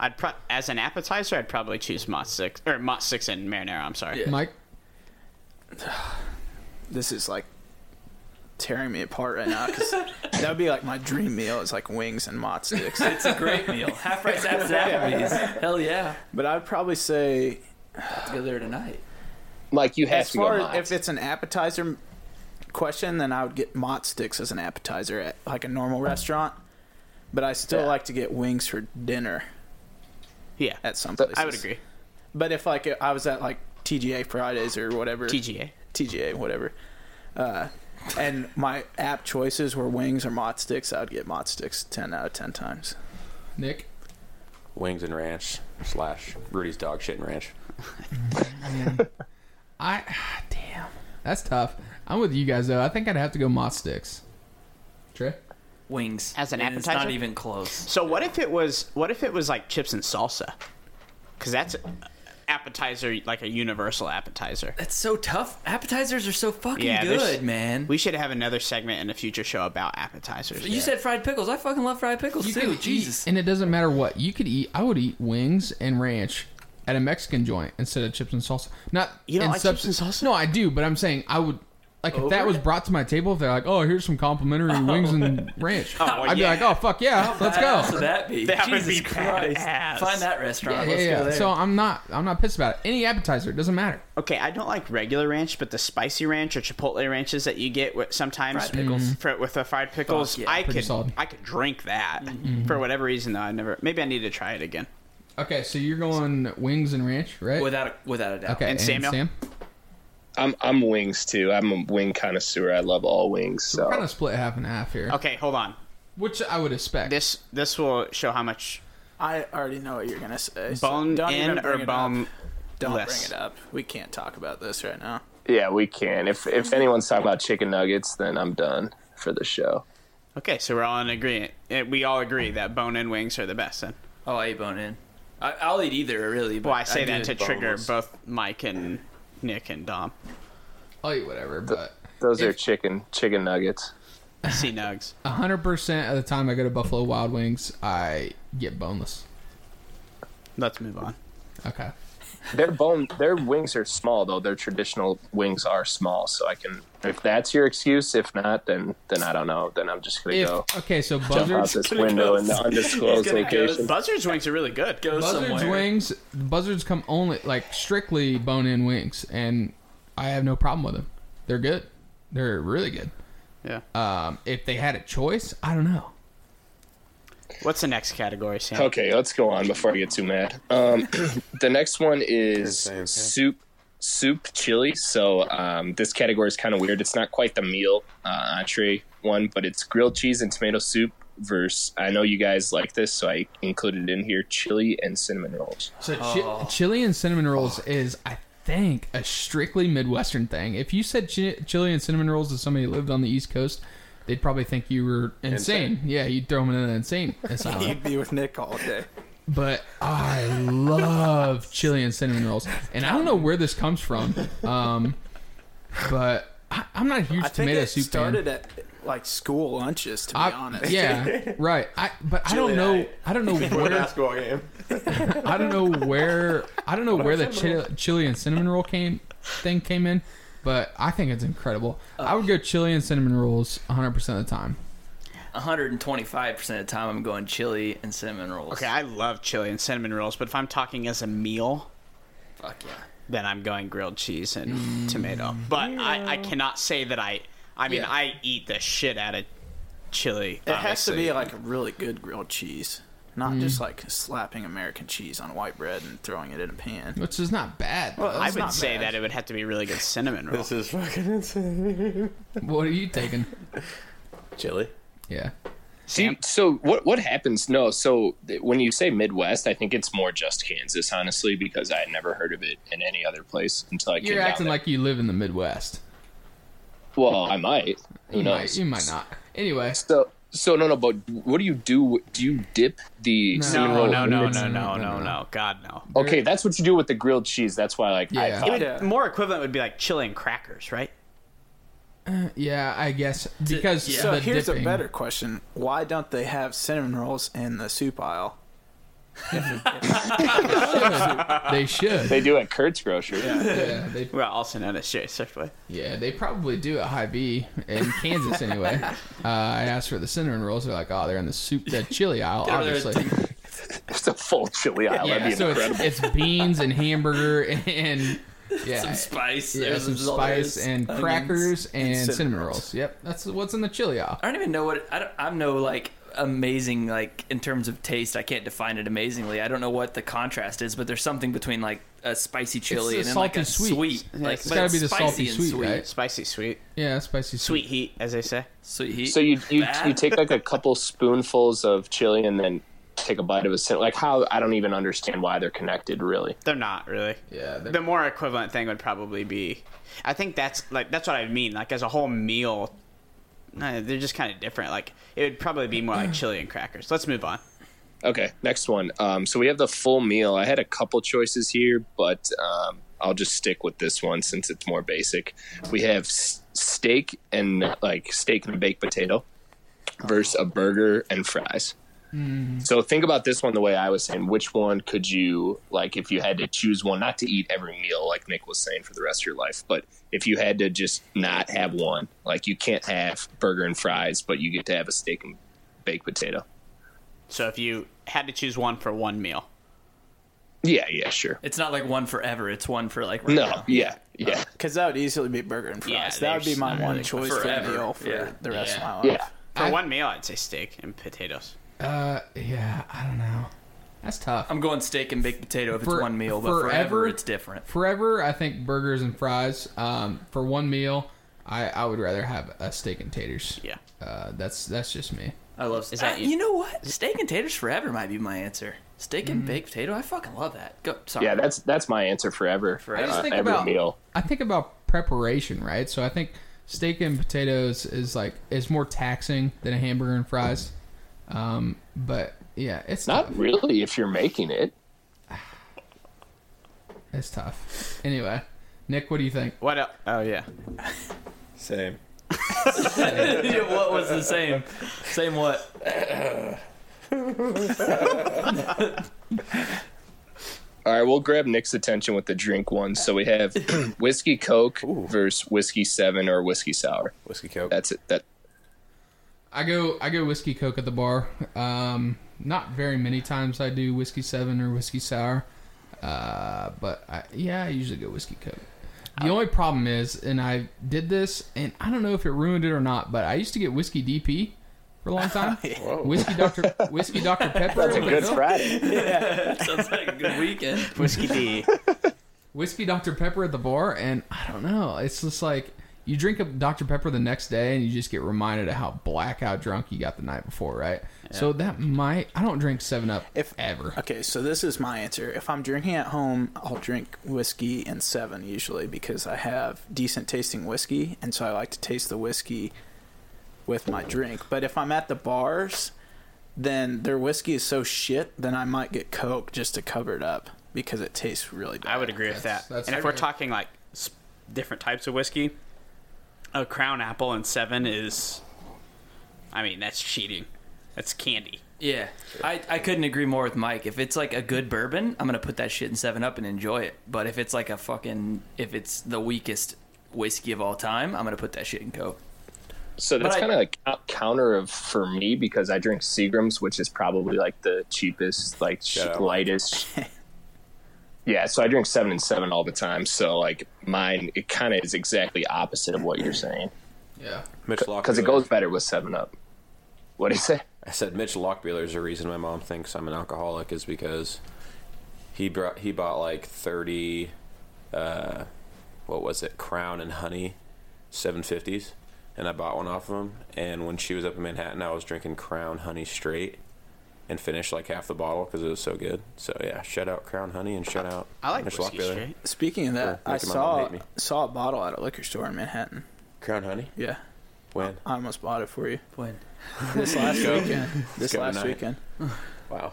Speaker 2: I'd pro- as an appetizer, I'd probably choose Mott Six or Mott Six and marinara. I'm sorry.
Speaker 4: Mike,
Speaker 3: This is like tearing me apart right now because that would be like my dream meal is like wings and mod sticks.
Speaker 5: It's a great meal. Half price at Applebee's. Hell yeah.
Speaker 3: But I'd probably say
Speaker 5: Have to go there tonight.
Speaker 7: like you have
Speaker 3: as
Speaker 7: to go.
Speaker 3: far
Speaker 7: Mott's.
Speaker 3: as if it's an appetizer question, then I would get mott sticks as an appetizer at like a normal restaurant. But I still
Speaker 7: Yeah.
Speaker 3: like to get wings for dinner
Speaker 2: Yeah,
Speaker 3: at some
Speaker 7: Th-
Speaker 3: places.
Speaker 2: I would agree.
Speaker 3: But if like I was at like TGA Fridays or whatever
Speaker 2: TGA.
Speaker 3: TGA whatever, uh, and my app choices were wings or mott sticks, I would get mott sticks ten out of ten times.
Speaker 4: Nick,
Speaker 6: Wings and ranch slash Rudy's dog shit and ranch.
Speaker 4: I damn, that's tough. I'm with you guys though. I think I'd have to go mod sticks. Trey?
Speaker 5: Wings
Speaker 2: As an
Speaker 5: And it's
Speaker 2: appetizer?
Speaker 5: not even close.
Speaker 2: So what if it was what if it was like chips and salsa? Because that's appetizer like a universal appetizer.
Speaker 5: That's so tough. Appetizers are so fucking
Speaker 2: Yeah, there's-
Speaker 5: good, man.
Speaker 2: We should have another segment in a future show about appetizers.
Speaker 5: you said fried pickles. I fucking love fried pickles too.
Speaker 4: could
Speaker 5: Jesus.
Speaker 4: eat- and it doesn't matter what you could eat. I would eat wings and ranch at a Mexican joint instead of chips and salsa. Not
Speaker 2: You don't
Speaker 4: in
Speaker 2: like chips and salsa?
Speaker 4: No, I do, but I'm saying I would like if that was brought to my table. If they're like, "Oh, here's some complimentary wings and ranch," I'd be
Speaker 2: yeah.
Speaker 4: like, "Oh fuck yeah, let's
Speaker 5: How badass
Speaker 4: go."
Speaker 5: would that be?
Speaker 2: That would
Speaker 5: Jesus
Speaker 2: be
Speaker 5: Christ.
Speaker 2: badass.
Speaker 5: Find that restaurant.
Speaker 4: Yeah,
Speaker 5: Let's
Speaker 4: yeah,
Speaker 5: go
Speaker 4: yeah.
Speaker 5: there.
Speaker 4: So I'm not I'm not pissed about it. Any appetizer, it doesn't matter.
Speaker 2: Okay, I don't like regular ranch, but the spicy ranch or chipotle ranches that you get with, sometimes Mm-hmm.
Speaker 5: Fried pickles.
Speaker 2: for, with the fried pickles,
Speaker 5: yeah.
Speaker 2: I
Speaker 4: Pretty
Speaker 2: could
Speaker 4: solid.
Speaker 2: I could drink that Mm-hmm. for whatever reason. Though I never maybe I need to try it again.
Speaker 4: Okay, so you're going wings and ranch, right?
Speaker 5: without a, without a doubt.
Speaker 4: okay,
Speaker 2: and Samuel?
Speaker 4: Sam?
Speaker 7: I'm I'm wings too. I'm a wing connoisseur. I love all wings. So
Speaker 4: kind of split half and half here,
Speaker 2: Okay, hold on.
Speaker 4: which I would expect.
Speaker 2: This this will show how much
Speaker 3: I already know what you're gonna say. so
Speaker 2: bone
Speaker 3: don't even
Speaker 2: in
Speaker 3: bring
Speaker 2: or
Speaker 3: it
Speaker 2: bone.
Speaker 3: Up. Don't
Speaker 2: less.
Speaker 3: bring it up. We can't talk about this right now.
Speaker 7: yeah, we can. If if anyone's talking about chicken nuggets, then I'm done for the show.
Speaker 2: Okay, so we're all in agreement. eh, We all agree that bone in wings are the best. Then,
Speaker 5: Oh, I eat bone in. I, I'll eat either, really. But
Speaker 2: well, I say that to
Speaker 5: do-
Speaker 2: trigger
Speaker 6: boneless.
Speaker 2: both Mike and Nick and Dom.
Speaker 4: I'll eat whatever, but
Speaker 7: Those are
Speaker 4: If-
Speaker 7: chicken chicken nuggets.
Speaker 2: See nugs.
Speaker 4: hundred percent of the time I go to Buffalo Wild Wings, I get boneless.
Speaker 2: Let's move on.
Speaker 4: Okay.
Speaker 7: Their bone their wings are small though. Their traditional wings are small, so I can if that's your excuse, if not then then I don't know. Then I'm just gonna
Speaker 4: If
Speaker 7: go
Speaker 4: okay, so
Speaker 7: jump out
Speaker 4: buzzards,
Speaker 7: this window in the undisclosed
Speaker 5: gonna go
Speaker 7: location.
Speaker 2: Buzzard's wings are really good.
Speaker 5: Go
Speaker 4: buzzards
Speaker 5: somewhere.
Speaker 4: wings, buzzards come only like strictly bone-in wings, and I have no problem with them. They're good. They're really good.
Speaker 2: Yeah.
Speaker 4: Um, if they had a choice, I don't know.
Speaker 2: What's the next category, Sam?
Speaker 7: Okay, let's go on before I get too mad. Um, the next one is
Speaker 6: Insane, yeah.
Speaker 7: soup, soup chili. So um, this category is kind of weird. It's not quite the meal uh, entree one, but it's grilled cheese and tomato soup. Versus, I know you guys like this, so I included in here chili and cinnamon rolls.
Speaker 4: So chi- chili and cinnamon rolls is, I think, a strictly Midwestern thing. If you said chi- chili and cinnamon rolls to somebody who lived on the East Coast, they'd probably think you were insane.
Speaker 6: Insane.
Speaker 4: Yeah, you'd throw them in an insane asylum.
Speaker 3: You'd be with Nick all day.
Speaker 4: but I love chili and cinnamon rolls, and I don't know where this comes from. Um, but I, I'm not a huge
Speaker 3: I think
Speaker 4: tomato
Speaker 3: it
Speaker 4: soup
Speaker 3: started
Speaker 4: fan.
Speaker 3: at like school lunches. To be
Speaker 4: I-
Speaker 3: honest,
Speaker 4: yeah, right. I but I don't know. I don't know where.
Speaker 6: basketball game.
Speaker 4: I don't know where. I don't know where the chili, chili and cinnamon roll came thing came in, but I think it's incredible. I would go chili and cinnamon rolls 100 percent of the time.
Speaker 5: 125 percent of the time, I'm going chili and cinnamon rolls.
Speaker 2: Okay, I love chili and cinnamon rolls, but if I'm talking as a meal,
Speaker 5: Fuck yeah.
Speaker 2: then I'm going grilled cheese and
Speaker 3: Mm.
Speaker 2: tomato. But I, I cannot say that I. I mean,
Speaker 4: Yeah.
Speaker 2: I eat the shit out of chili.
Speaker 3: it has to
Speaker 2: obviously.
Speaker 3: be like a really good grilled cheese, not
Speaker 2: Mm.
Speaker 3: just like slapping American cheese on white bread and throwing it in a pan.
Speaker 4: Which is not bad. though.
Speaker 2: I
Speaker 3: That's
Speaker 2: would
Speaker 3: not
Speaker 2: say
Speaker 3: bad.
Speaker 2: that it would have to be really good cinnamon roll.
Speaker 6: This is fucking insane.
Speaker 4: What are you taking?
Speaker 6: Chili.
Speaker 4: Yeah.
Speaker 7: See, so what what happens? No, so th- when you say Midwest, I think it's more just Kansas, honestly, because I had never heard of it in any other place until I came
Speaker 4: You're
Speaker 7: down
Speaker 4: acting
Speaker 7: there.
Speaker 4: like you live in the Midwest.
Speaker 7: Well, I might. Who
Speaker 4: You might,
Speaker 7: knows?
Speaker 4: you might not. Anyway,
Speaker 7: So, so no, no. But what do you do? Do you dip the cinnamon
Speaker 2: no,
Speaker 7: roll?
Speaker 2: no,
Speaker 7: in
Speaker 2: no,
Speaker 7: it?
Speaker 2: no, no,
Speaker 4: no,
Speaker 2: no,
Speaker 4: no.
Speaker 2: no. God, no.
Speaker 7: Okay, that's what you do with the grilled cheese. That's why, like,
Speaker 4: Yeah.
Speaker 7: I
Speaker 2: It
Speaker 7: thought,
Speaker 2: would,
Speaker 3: Yeah.
Speaker 2: More equivalent would be like chili and crackers, right?
Speaker 4: yeah, I guess because
Speaker 5: yeah.
Speaker 3: So
Speaker 4: the
Speaker 3: here's
Speaker 4: dipping.
Speaker 3: a better question: Why don't they have cinnamon rolls in the soup aisle?
Speaker 4: They should.
Speaker 7: they do at Kurt's Grocery.
Speaker 4: yeah, they,
Speaker 2: Well, also known as Jay Swiftway.
Speaker 4: yeah, they probably do at High B in Kansas anyway. Uh, I asked for the cinnamon rolls. They're like, oh, they're in the soup, the chili aisle,
Speaker 5: over there,
Speaker 4: obviously.
Speaker 7: It's a full chili aisle.
Speaker 4: Yeah,
Speaker 7: That'd be
Speaker 4: so
Speaker 7: incredible.
Speaker 4: it's, it's beans and hamburger and yeah,
Speaker 5: Some spice.
Speaker 4: yeah,
Speaker 5: There's
Speaker 4: some
Speaker 5: all
Speaker 4: spice
Speaker 5: this
Speaker 4: and
Speaker 5: onions.
Speaker 4: crackers and
Speaker 3: cinnamon
Speaker 4: cinnamon,
Speaker 3: rolls.
Speaker 4: rolls. Yep, that's what's in the chili aisle.
Speaker 5: I don't even know what I don't, I'm no like amazing like in terms of taste. I can't define it amazingly. I don't know what the contrast is, but there's something between like a spicy chili
Speaker 4: the
Speaker 5: and then like
Speaker 4: salty
Speaker 5: a
Speaker 4: sweet.
Speaker 5: sweet.
Speaker 2: Yeah,
Speaker 5: like,
Speaker 2: it's
Speaker 5: but
Speaker 4: gotta
Speaker 5: it's
Speaker 4: be the
Speaker 5: spicy
Speaker 4: salty
Speaker 5: and
Speaker 4: sweet,
Speaker 5: sweet,
Speaker 4: right?
Speaker 2: Spicy sweet.
Speaker 4: Yeah, spicy
Speaker 2: Sweet heat, as they say.
Speaker 5: Sweet heat.
Speaker 7: So you you,
Speaker 5: That-
Speaker 7: you take like a couple spoonfuls of chili and then take a bite of a cinnamon. Like how I don't even understand why they're connected. Really,
Speaker 2: They're not really.
Speaker 4: Yeah, they're-
Speaker 2: The more equivalent thing would probably be, I think that's like that's what I mean. Like as a whole meal, no, they're just kind of different. Like it would probably be more like chili and crackers. Let's move on.
Speaker 7: Okay, next one. Um, so we have the full meal. I had a couple choices here, but um, I'll just stick with this one since it's more basic. We have s- steak and like steak and baked potato versus a burger and fries. So think about this one the way I was saying. Which one could you like if you had to choose one, not to eat every meal like Nick was saying for the rest of your life, but if you had to just not have one, like you can't have burger and fries, but you get to have a steak and baked potato.
Speaker 2: So if you had to choose one for one meal,
Speaker 7: Yeah, yeah, sure.
Speaker 5: It's not like one forever. It's one for like right
Speaker 7: No,
Speaker 5: now.
Speaker 7: yeah, Uh, yeah.
Speaker 3: Because that would easily be burger and fries.
Speaker 2: Yeah,
Speaker 3: that would be
Speaker 2: there's
Speaker 3: my
Speaker 2: not
Speaker 3: one
Speaker 2: really
Speaker 3: choice
Speaker 5: forever.
Speaker 3: for a meal for
Speaker 5: Yeah.
Speaker 3: the
Speaker 2: Yeah.
Speaker 3: rest of my life.
Speaker 2: for
Speaker 4: I-
Speaker 2: one meal, I'd say steak and potatoes.
Speaker 4: Uh, yeah, I don't know. That's tough.
Speaker 5: I'm going steak and baked potato if
Speaker 4: For-
Speaker 5: it's one meal, but
Speaker 4: forever-
Speaker 5: forever, it's different.
Speaker 4: Forever, I think burgers and fries. Um, for one meal, I, I would rather have a steak and taters.
Speaker 2: Yeah.
Speaker 4: Uh, that's that's just me.
Speaker 5: I love
Speaker 2: Is
Speaker 5: steak.
Speaker 2: that you?
Speaker 5: Uh, you? know what? Steak and taters forever might be my answer. Steak and baked potato, I fucking love that. Go sorry.
Speaker 7: Yeah, that's that's my answer forever.
Speaker 5: I just
Speaker 7: Uh,
Speaker 4: think
Speaker 7: every
Speaker 4: about-
Speaker 7: meal.
Speaker 4: I think about preparation, right? So I think steak and potatoes is like is more taxing than a hamburger and fries. Um, but yeah, it's
Speaker 7: Not
Speaker 4: tough.
Speaker 7: really if you're making it.
Speaker 4: It's tough. Anyway, Nick, what do you think?
Speaker 2: What? El- oh yeah.
Speaker 6: Same.
Speaker 5: Yeah, what was the same? Same what?
Speaker 7: All right, we'll grab Nick's attention with the drink one. So we have whiskey Coke versus whiskey seven or whiskey sour.
Speaker 6: Whiskey Coke.
Speaker 7: That's it. That
Speaker 4: I go I go whiskey coke at the bar. Um, not very many times I do whiskey seven or whiskey sour. Uh, but I, yeah, I usually go whiskey coke. The only problem is, and I did this, and I don't know if it ruined it or not, but I used to get whiskey DP for a long time. Whiskey Doctor Whiskey Doctor Pepper.
Speaker 7: that's a good Friday.
Speaker 5: Sounds like a good weekend.
Speaker 2: Whiskey D.
Speaker 4: whiskey Dr. Pepper at the bar, and I don't know. It's just like you drink a Dr. Pepper the next day and you just get reminded of how blackout drunk you got the night before, right? So that might I don't drink seven up
Speaker 3: If-
Speaker 4: if ever.
Speaker 3: Okay, so this is my answer. If I'm drinking at home, I'll drink whiskey and seven usually because I have decent tasting whiskey, and so I like to taste the whiskey with my drink. But if I'm at the bars, then their whiskey is so shit, then I might get Coke just to cover it up because it tastes really bad.
Speaker 2: I would agree with
Speaker 4: That's-
Speaker 2: that.
Speaker 4: that's
Speaker 2: and if we're
Speaker 4: fair.
Speaker 2: talking like s- different types of whiskey, a Crown Apple and seven is, I mean, that's cheating. That's candy.
Speaker 5: Yeah, I, I couldn't agree more with Mike. If it's like a good bourbon, I'm gonna put that shit in Seven Up and enjoy it. But if it's like a fucking if it's the weakest whiskey of all time, I'm gonna put that shit in Coke.
Speaker 7: So that's
Speaker 5: But I-
Speaker 7: kind of like cou- counter of for me because I drink Seagrams, which is probably like the cheapest, like sh-
Speaker 6: Shout out.
Speaker 7: lightest. yeah, so I drink seven and seven all the time. So like mine, it kind of is exactly opposite of what you're saying
Speaker 4: Yeah.
Speaker 6: Mitch Lockbeeler.
Speaker 7: because it goes better with seven up. What do you say?
Speaker 6: I said Mitch Lockbeeler is the reason my mom thinks I'm an alcoholic is because he brought he bought like thirty, uh, what was it, Crown and Honey, seven fifties, and I bought one off of him. And when she was up in Manhattan, I was drinking Crown Honey straight, and finished like half the bottle because it was so good. So yeah, shout out Crown Honey and shout out
Speaker 2: I like
Speaker 6: Mitch
Speaker 2: whiskey
Speaker 6: Lockbeeler.
Speaker 2: straight.
Speaker 3: Speaking of that,
Speaker 6: Yeah,
Speaker 3: I
Speaker 6: making my mom
Speaker 3: saw
Speaker 6: hate me.
Speaker 3: saw a bottle at a liquor store in Manhattan.
Speaker 6: Crown Honey,
Speaker 3: Yeah,
Speaker 6: when?
Speaker 3: I almost bought it for you
Speaker 5: When
Speaker 3: this last weekend. This
Speaker 6: go
Speaker 3: last
Speaker 6: tonight.
Speaker 3: weekend.
Speaker 2: Oh.
Speaker 6: Wow.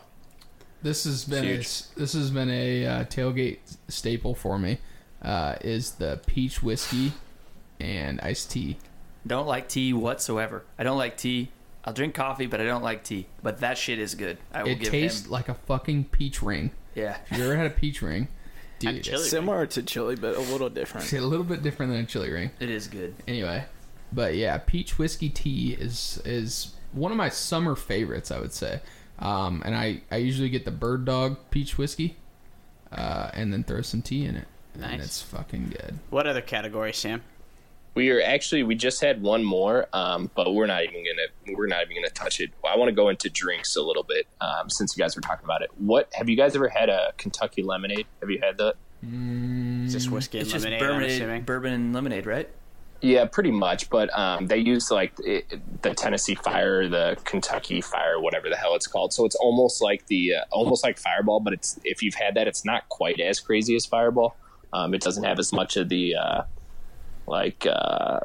Speaker 4: This has been a,
Speaker 6: Huge.
Speaker 4: this has been a uh, tailgate staple for me. Uh, is the peach whiskey and iced tea.
Speaker 5: don't like tea whatsoever. I don't like tea. I'll drink coffee, but I don't like tea. But that shit is good. I will
Speaker 4: It
Speaker 5: give
Speaker 4: tastes
Speaker 5: him.
Speaker 4: like a fucking peach ring.
Speaker 5: Yeah,
Speaker 4: If you ever had a peach ring, dude,
Speaker 2: chili
Speaker 4: it's
Speaker 3: Similar to chili, but a little different.
Speaker 4: a little bit different than a chili ring.
Speaker 5: it is good.
Speaker 4: anyway but yeah peach whiskey tea is is one of my summer favorites i would say um, and I, I usually get the bird dog peach whiskey uh, and then throw some tea in it and
Speaker 2: Nice.
Speaker 4: it's fucking good
Speaker 2: What other category, Sam?
Speaker 7: We are actually we just had one more, um, but we're not even gonna we're not even gonna touch it. I want to go into drinks a little bit um, since you guys were talking about it. What have you guys ever had a Kentucky lemonade? Have you had that?
Speaker 2: It's just whiskey and
Speaker 5: It's just
Speaker 2: lemonade. I'm
Speaker 5: bourbon,
Speaker 2: assuming.
Speaker 5: bourbon and lemonade, right?
Speaker 7: Yeah, pretty much. But um, they use like it, the Tennessee Fire, the Kentucky Fire, whatever the hell it's called. So it's almost like the uh, almost like Fireball, but it's if you've had that, it's not quite as crazy as Fireball. Um, it doesn't have as much of the uh, like uh,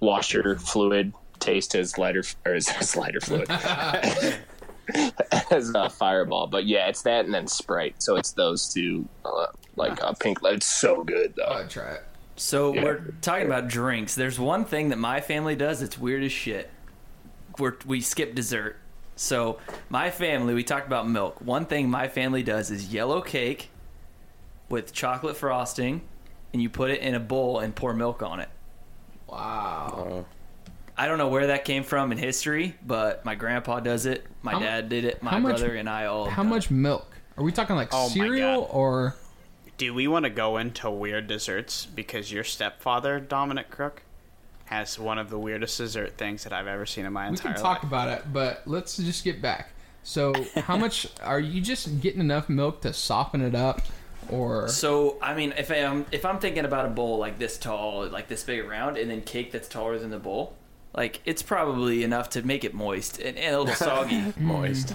Speaker 7: washer fluid taste as lighter f- or as, as lighter fluid as uh, Fireball. But yeah, it's that and then Sprite. So it's those two, uh, like uh, pink. li- It's so good though.
Speaker 4: I'd try it.
Speaker 5: So we're talking about drinks. There's one thing that my family does that's weird as shit. We're, we skip dessert. So my family, we talked about milk. One thing my family does is yellow cake with chocolate frosting, and you put it in a bowl and pour milk on it.
Speaker 4: Wow.
Speaker 2: Uh-huh.
Speaker 5: I don't know where that came from in history, but my grandpa does it. My
Speaker 4: How mu-
Speaker 5: dad did it. My
Speaker 4: how much-
Speaker 5: brother and I all. have
Speaker 4: How
Speaker 5: done it.
Speaker 4: much milk? Are we talking like
Speaker 2: Oh my
Speaker 4: cereal
Speaker 2: God.
Speaker 4: or
Speaker 2: Do we want to go into weird desserts? Because your stepfather, Dominic Crook, has one of the weirdest dessert things that I've ever seen in my
Speaker 4: we
Speaker 2: entire
Speaker 4: can talk
Speaker 2: life.
Speaker 4: about it, but let's just get back. So, how much are you just getting enough milk to soften it up, or
Speaker 5: So I mean, if I'm if I'm thinking about a bowl like this tall, like this big around, and then cake that's taller than the bowl, like it's probably enough to make it moist and, and a little soggy. Mm.
Speaker 6: Moist.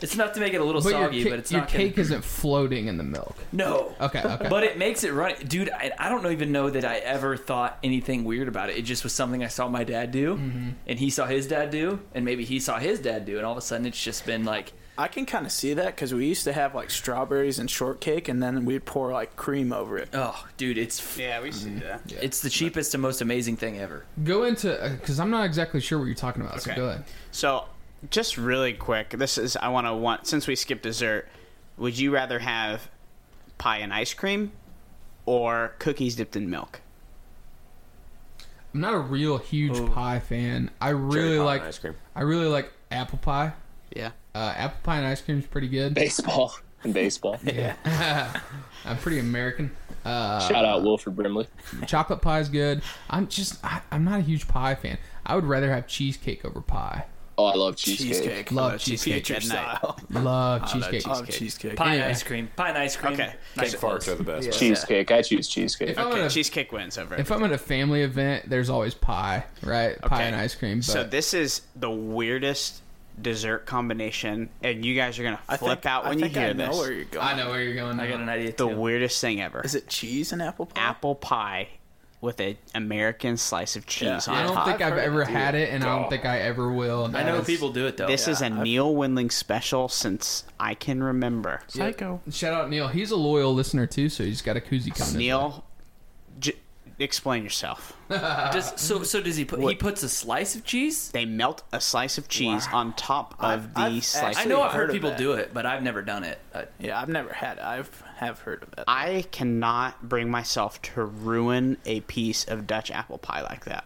Speaker 5: It's enough to make it a little
Speaker 4: but your,
Speaker 5: soggy,
Speaker 4: ca-
Speaker 5: but it's
Speaker 4: your
Speaker 5: not
Speaker 4: cake
Speaker 5: gonna,
Speaker 4: isn't floating in the milk?
Speaker 5: no.
Speaker 4: Okay, okay.
Speaker 5: But it makes it run, dude. I, I don't even know that I ever thought anything weird about it. It just was something I saw my dad do,
Speaker 4: Mm-hmm.
Speaker 5: and he saw his dad do, and maybe he saw his dad do, and all of a sudden it's just been like
Speaker 3: I can kind of see that because we used to have like strawberries and shortcake, and then we'd pour like cream over it.
Speaker 5: Oh, dude, it's f-
Speaker 2: Yeah, we
Speaker 3: Mm-hmm.
Speaker 2: see that.
Speaker 5: it's the cheapest and most amazing thing ever.
Speaker 4: go into because I'm not exactly sure what you're talking about. So
Speaker 2: Okay.
Speaker 4: go ahead.
Speaker 2: So, just really quick, this is I want to want since we skipped dessert, would you rather have pie and ice cream or cookies dipped in milk?
Speaker 4: I'm not a real huge pie fan. I really
Speaker 6: pie and
Speaker 4: like
Speaker 6: ice cream.
Speaker 4: I really like apple pie.
Speaker 2: Yeah.
Speaker 4: Uh, apple pie and ice cream is pretty good.
Speaker 7: Baseball and baseball.
Speaker 4: I'm pretty American.
Speaker 7: Shout out Wilfred Brimley.
Speaker 4: Chocolate pie is good. I'm just I, I'm not a huge pie fan. I would rather have cheesecake over pie.
Speaker 7: Oh, I love cheesecake.
Speaker 3: Cheesecake.
Speaker 4: Love
Speaker 2: cheesecake
Speaker 4: cheesecake.
Speaker 2: at night.
Speaker 4: Love cheesecake.
Speaker 3: Love cheesecake.
Speaker 5: Pie and
Speaker 4: Yeah.
Speaker 5: ice cream, pie and ice cream.
Speaker 2: Okay.
Speaker 5: Nice
Speaker 6: Cake farts are the best. right?
Speaker 7: Cheesecake. I choose cheesecake.
Speaker 4: If I'm
Speaker 2: Okay,
Speaker 4: gonna-
Speaker 2: cheesecake wins over.
Speaker 4: If I'm at a family event, there's always pie, right? Pie
Speaker 2: Okay.
Speaker 4: and ice cream. But
Speaker 2: So this is the weirdest dessert combination, and you guys are gonna
Speaker 3: I
Speaker 2: flip
Speaker 3: think-
Speaker 2: out
Speaker 3: I
Speaker 2: when you
Speaker 3: think I
Speaker 2: hear
Speaker 3: know
Speaker 2: this.
Speaker 3: where you're going.
Speaker 4: I know where you're going.
Speaker 5: I got an idea
Speaker 2: the
Speaker 5: too.
Speaker 2: weirdest thing ever.
Speaker 3: Is it cheese and apple pie?
Speaker 2: apple pie with an American slice of cheese
Speaker 3: Yeah.
Speaker 2: on
Speaker 4: I don't
Speaker 2: top.
Speaker 4: think I've
Speaker 3: heard
Speaker 4: ever
Speaker 3: it, dude.
Speaker 4: had it, and I don't think I ever will. and
Speaker 5: I
Speaker 4: that
Speaker 5: know
Speaker 4: is-
Speaker 5: people do it though.
Speaker 2: this is a Neil Windling special since I can remember.
Speaker 3: Psycho.
Speaker 4: Shout out Neil. He's a loyal listener too, so he's got a koozie coming.
Speaker 2: Neil, j- explain yourself.
Speaker 5: Does, so so does he put he puts a slice of cheese?
Speaker 2: They melt a slice of cheese on top of
Speaker 3: I've-
Speaker 2: the
Speaker 3: I've
Speaker 2: slice.
Speaker 5: I
Speaker 3: actually-
Speaker 2: of
Speaker 5: know
Speaker 3: I've
Speaker 5: I've
Speaker 3: heard
Speaker 5: heard
Speaker 3: of
Speaker 5: people
Speaker 3: that.
Speaker 5: do it, but I've never done it. Uh,
Speaker 3: Yeah, I've never had. It. I've have heard of it.
Speaker 2: I cannot bring myself to ruin a piece of Dutch apple pie like that.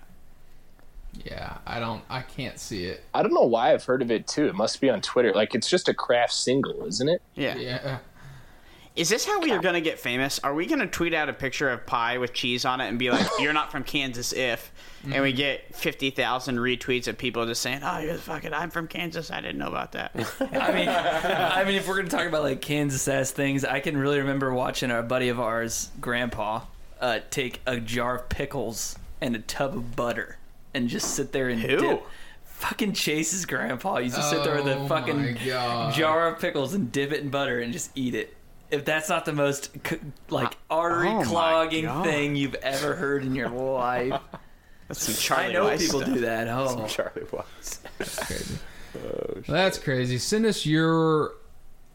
Speaker 4: in. Yeah, I don't. I can't see it.
Speaker 7: I don't know why I've heard of it too. It must be on Twitter. Like it's just a craft single, isn't it?
Speaker 2: Yeah.
Speaker 4: Yeah.
Speaker 2: Is this how we are going to get famous? Are we going to tweet out a picture of pie with cheese on it and be like, "You're not from Kansas if," and we get fifty thousand retweets of people just saying, "Oh, you're fucking. I'm from Kansas. I didn't know about that."
Speaker 5: I mean, I mean, if we're gonna talk about like Kansas ass things, I can really remember watching a buddy of ours, Grandpa, uh, take a jar of pickles and a tub of butter and just sit there and
Speaker 2: Who?
Speaker 5: dip. Fucking Chase's grandpa used to sit there with
Speaker 4: Oh
Speaker 5: a
Speaker 4: my
Speaker 5: fucking
Speaker 4: God.
Speaker 5: jar of pickles and dip it in butter and just eat it. If that's not the most c- like artery
Speaker 2: Uh, oh my
Speaker 5: clogging
Speaker 2: God.
Speaker 5: thing you've ever heard in your life,
Speaker 2: That's some
Speaker 5: I
Speaker 2: Charlie
Speaker 5: know
Speaker 2: Weiss
Speaker 5: people
Speaker 2: stuff.
Speaker 5: do that. Oh,
Speaker 6: Charlie Watts.
Speaker 4: Crazy. That's crazy. Send us your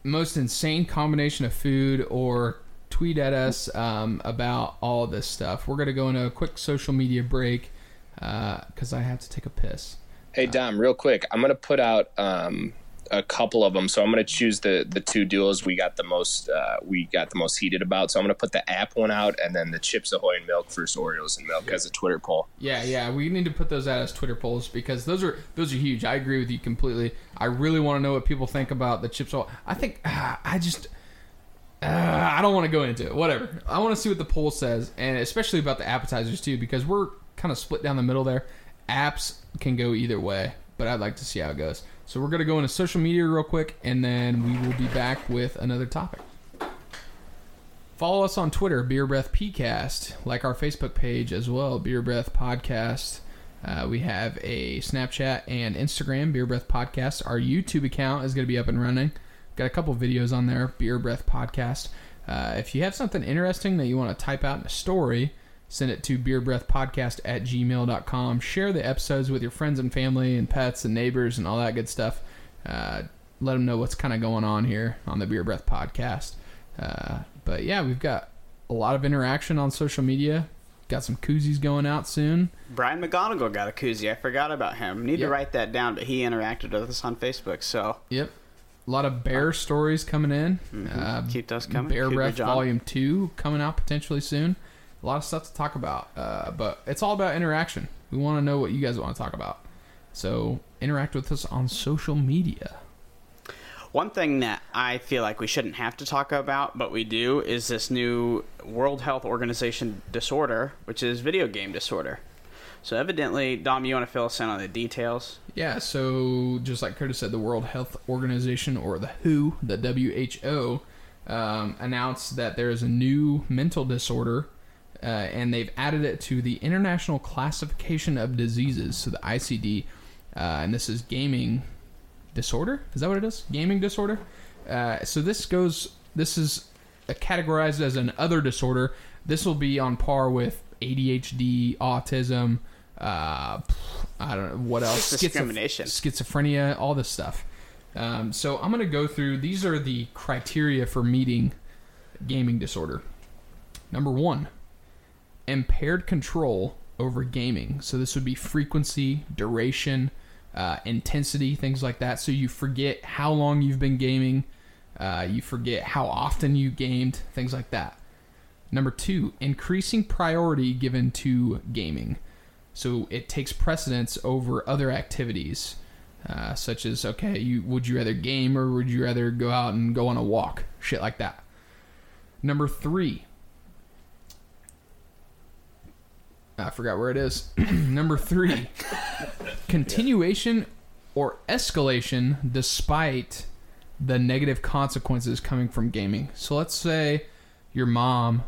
Speaker 4: most insane combination of food or tweet at us um, about all this stuff. We're going to go into a quick social media break because I have to take a piss.
Speaker 7: Hey Dom, real quick, I'm gonna put out um, a couple of them. So I'm gonna choose the the two duos we got the most uh, we got the most heated about. So I'm gonna put the app one out, and then the Chips Ahoy and Milk versus Oreos and Milk as a Twitter poll.
Speaker 4: Yeah, yeah, we need to put those out as Twitter polls because those are those are huge. I agree with you completely. I really want to know what people think about the chips. All I think ah, I just ah, I don't want to go into it. Whatever. I want to see what the poll says, and especially about the appetizers too, because we're kind of split down the middle there. Apps can go either way, but I'd like to see how it goes. So we're gonna go into social media real quick, and then we will be back with another topic. Follow us on Twitter, Beer Breath PCast. Like our Facebook page as well, Beer Breath Podcast. Uh, we have a Snapchat and Instagram, Beer Breath Podcast. Our YouTube account is going to be up and running. Got a couple videos on there, Beer Breath Podcast. Uh, if you have something interesting that you want to type out in a story, Send it to beerbreathpodcast at gmail.com. Share the episodes with your friends and family and pets and neighbors and all that good stuff. Uh, let them know what's kind of going on here on the Beer Breath Podcast. Uh, but yeah, we've got a lot of interaction on social media. Got some koozies going out soon.
Speaker 2: Brian McGonigal got a koozie. I forgot about him. Need
Speaker 4: Yep.
Speaker 2: to write that down, but he interacted with us on Facebook, so
Speaker 4: Yep. A lot of bear stories coming in. Uh,
Speaker 2: Mm-hmm. keep those coming.
Speaker 4: Bear
Speaker 2: Cougar
Speaker 4: Breath
Speaker 2: John.
Speaker 4: Volume 2 coming out potentially soon. A lot of stuff to talk about, uh, but it's all about interaction. We want to know what you guys want to talk about. So interact with us on social media.
Speaker 2: One thing that I feel like we shouldn't have to talk about, but we do, is this new World Health Organization disorder, which is video game disorder. So evidently, Dom, you want to fill us in on the details?
Speaker 4: Yeah, so just like Curtis said, the World Health Organization, or the WHO, the WHO, um, announced that there is a new mental disorder, uh, and they've added it to the International Classification of Diseases, so the ICD, uh, and this is gaming disorder. Is that what it is? Gaming disorder. Uh, so this goes. This is uh, categorized as an other disorder. This will be on par with ADHD, autism. Uh, I don't know what else.
Speaker 2: Discrimination.
Speaker 4: schizophrenia, all this stuff. Um, so I'm gonna go through. These are the criteria for meeting gaming disorder. Number one, impaired control over gaming. So this would be frequency, duration, uh, intensity, things like that. So you forget how long you've been gaming, uh, you forget how often you gamed, things like that. Number two, increasing priority given to gaming. So it takes precedence over other activities, uh, such as okay, you would you rather game or would you rather go out and go on a walk, shit like that. Number three, Ah, I forgot where it is. Number three, continuation or escalation despite the negative consequences coming from gaming. So let's say your mom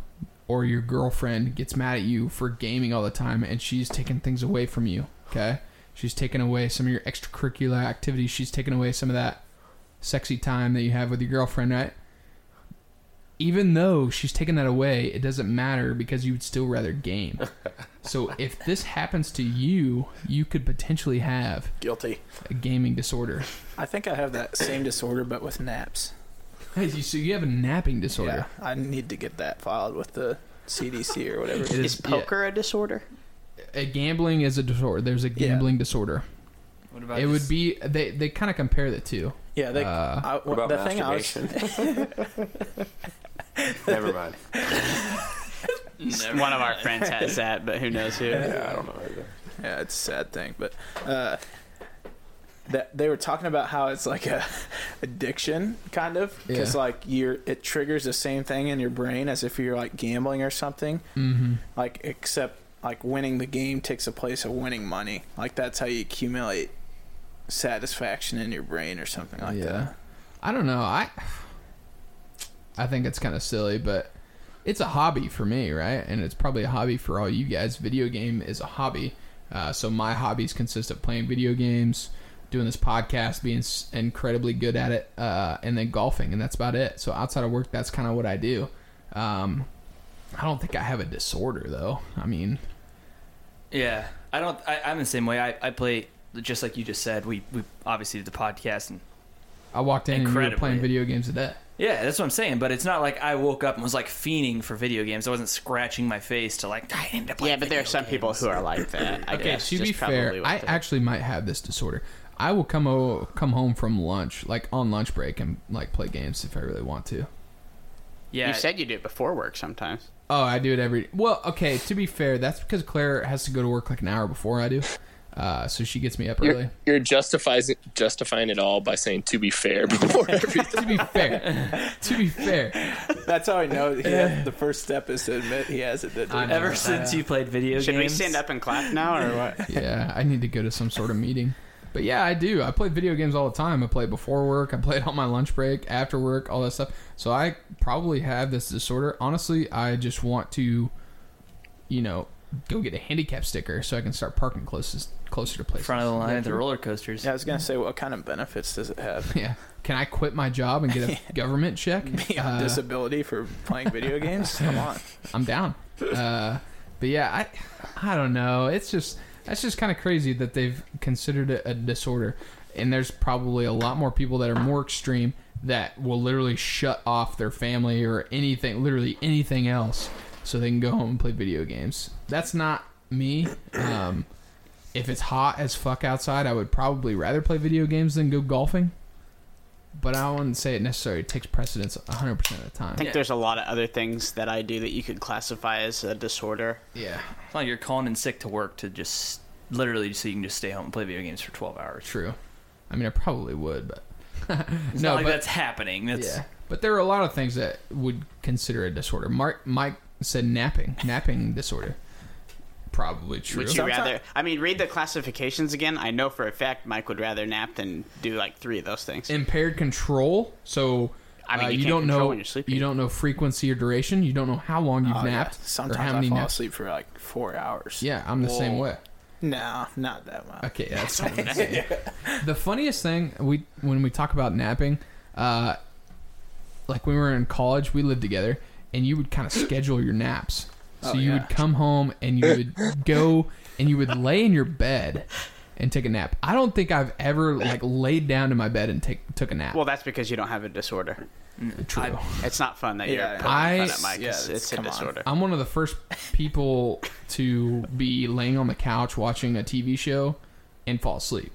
Speaker 4: or your girlfriend gets mad at you for gaming all the time and she's taking things away from you, okay? She's taking away some of your extracurricular activities. She's taking away some of that sexy time that you have with your girlfriend, right? Even though she's taking that away, it doesn't matter because you would still rather game. so if this happens to you, you could potentially have
Speaker 3: Guilty.
Speaker 4: a gaming disorder.
Speaker 3: I think I have that same disorder, but with naps.
Speaker 4: Hey, you- so you have a napping disorder.
Speaker 3: Yeah, I need to get that filed with the CDC or whatever.
Speaker 4: It
Speaker 2: Is
Speaker 4: is yeah.
Speaker 2: poker a disorder?
Speaker 4: A gambling is a disorder. There's a
Speaker 3: Yeah.
Speaker 4: gambling disorder.
Speaker 5: What about
Speaker 4: it would
Speaker 5: just-
Speaker 4: be they they kind of compare the two.
Speaker 3: yeah, they,
Speaker 4: Uh,
Speaker 3: I,
Speaker 6: What about
Speaker 3: the thing I was
Speaker 6: masturbation? Never mind.
Speaker 2: One of our friends has that, but who knows who?
Speaker 6: Yeah, I don't know. either.
Speaker 3: Yeah, it's a sad thing, but uh, that they were talking about how it's like a addiction, kind of, because
Speaker 4: Yeah.
Speaker 3: like you're it triggers the same thing in your brain as if you're like gambling or something. Mm-hmm. Like except like winning the game takes the place of winning money. Like that's how you accumulate satisfaction in your brain or something like
Speaker 4: yeah,
Speaker 3: that.
Speaker 4: I don't know. I I think it's kind of silly, but it's a hobby for me, right? And it's probably a hobby for all you guys. Video game is a hobby. Uh, so my hobbies consist of playing video games, doing this podcast, being s- incredibly good at it, uh, and then golfing, and that's about it. So outside of work, that's kind of what I do. Um, I don't think I have a disorder though. I mean,
Speaker 5: Yeah, I don't. I, I'm the same way. I, I play just like you just said. We we obviously did the podcast and
Speaker 4: I walked in and you were
Speaker 5: Incredibly.
Speaker 4: playing video games today.
Speaker 5: yeah, that's what I'm saying. But it's not like I woke up and was like fiending for video games. I wasn't scratching my face to like I need to play.
Speaker 2: Yeah, but there are
Speaker 5: video
Speaker 2: some people
Speaker 5: games."
Speaker 2: who are like that. I
Speaker 4: okay,
Speaker 2: guess,
Speaker 4: to be
Speaker 2: just probably
Speaker 4: fair,
Speaker 2: what
Speaker 4: I
Speaker 2: they-
Speaker 4: actually might have this disorder. I will come o- come home from lunch, like on lunch break, and like play games if I really want to.
Speaker 5: Yeah,
Speaker 2: you said you do it before work sometimes.
Speaker 4: Oh, I do it every. Well, okay. To be fair, that's because Claire has to go to work like an hour before I do, uh, so she gets me up early.
Speaker 7: You're, you're justifies, justifying it all by saying to be fair before everything.
Speaker 4: to be fair, to be fair,
Speaker 3: That's how I know. He had, the first step is to admit he has it.
Speaker 4: I know.
Speaker 5: ever since you played video
Speaker 2: Should we
Speaker 5: games,
Speaker 2: stand up and clap now, or what?
Speaker 4: yeah, I need to go to some sort of meeting. But yeah, I do. I play video games all the time. I play before work. I play it on my lunch break, after work, all that stuff. So I probably have this disorder. Honestly, I just want to, you know, go get a handicap sticker so I can start parking closest closer to
Speaker 5: in
Speaker 4: places.
Speaker 5: front of the line at the roller coasters?
Speaker 3: Yeah, I was gonna say, what kind of benefits does it have?
Speaker 4: Yeah. Can I quit my job and get a government check?
Speaker 3: Beyond
Speaker 4: Uh,
Speaker 3: disability for playing video games? Come on.
Speaker 4: I'm down. Uh, but But yeah, I I don't know. It's just that's just kind of crazy that they've considered it a disorder. And there's probably a lot more people that are more extreme that will literally shut off their family or anything, literally anything else, so they can go home and play video games. That's not me. Um, if it's hot as fuck outside, I would probably rather play video games than go golfing. But I wouldn't say it necessarily takes precedence 100% of the time.
Speaker 2: I think there's a lot of other things that I do that you could classify as a disorder.
Speaker 4: Yeah,
Speaker 5: It's not like you're calling in sick to work to just literally so you can just stay home and play video games for 12 hours.
Speaker 4: true. I mean, I probably would, but
Speaker 5: It's
Speaker 4: No,
Speaker 5: not like
Speaker 4: but-
Speaker 5: that's happening. That's,
Speaker 4: yeah. But there are a lot of things that would consider a disorder. Mark, Mike said napping, napping disorder, probably true.
Speaker 2: Would you rather? I mean, read the classifications again. I know for a fact Mike would rather nap than do like three of those things.
Speaker 4: Impaired control. So
Speaker 2: I mean,
Speaker 4: uh,
Speaker 2: you
Speaker 4: you,
Speaker 2: can't
Speaker 4: don't
Speaker 2: control
Speaker 4: know
Speaker 2: when you're sleeping.
Speaker 4: you don't know frequency or duration. You don't know how long you've
Speaker 3: Oh, yeah.
Speaker 4: napped or how
Speaker 3: Sometimes
Speaker 4: many
Speaker 3: I fall
Speaker 4: naps.
Speaker 3: asleep for like four hours.
Speaker 4: Yeah, I'm the same
Speaker 3: Whoa.
Speaker 4: way.
Speaker 3: No, not that much.
Speaker 4: Okay, that's what I'm saying. The funniest thing we when we talk about napping, uh, like when we were in college, we lived together, and you would kind of schedule your naps. So
Speaker 3: Oh,
Speaker 4: you
Speaker 3: yeah.
Speaker 4: would come home and you would go and you would lay in your bed and take a nap. I don't think I've ever like laid down in my bed and take took a nap.
Speaker 2: Well, that's because you don't have a disorder.
Speaker 4: true.
Speaker 2: It's not fun that
Speaker 3: Yeah,
Speaker 2: you're putting
Speaker 4: I-
Speaker 2: in front of Mike.
Speaker 3: yeah,
Speaker 2: it's,
Speaker 3: it's-
Speaker 2: it's a
Speaker 3: come on. Uh,
Speaker 2: disorder.
Speaker 4: I'm one of the first people to be laying on the couch watching a TV show and fall asleep.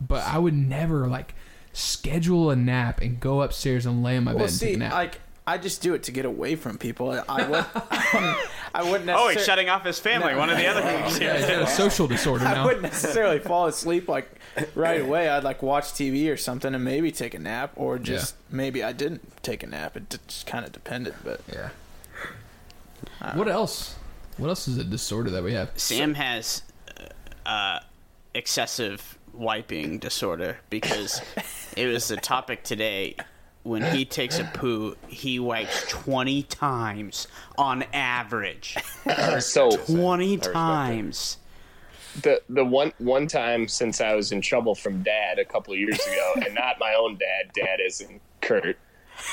Speaker 4: But I would never like schedule a nap and go upstairs and lay in my
Speaker 3: Well,
Speaker 4: bed and take
Speaker 3: see,
Speaker 4: a nap.
Speaker 3: like I just do it to get away from people. I would, I wouldn't. Necessarily,
Speaker 2: Oh, he's shutting off his family. One of the other things
Speaker 4: yeah,
Speaker 2: here.
Speaker 4: is that a social disorder
Speaker 3: I
Speaker 4: now?
Speaker 3: wouldn't necessarily fall asleep like right away. I'd like watch TV or something and maybe take a nap, or just maybe I didn't take a nap. It d- just kind of depended, but
Speaker 4: Yeah. What else? What else is a disorder that we have?
Speaker 2: Sam has uh, uh, excessive wiping disorder because it was the topic today. When he takes a poo, he wipes 20 times on average.
Speaker 7: So
Speaker 2: 20
Speaker 6: respect it.
Speaker 2: times.
Speaker 7: the the one one time since I was in trouble from dad a couple of years ago, and not my own dad. Dad isn't Kurt.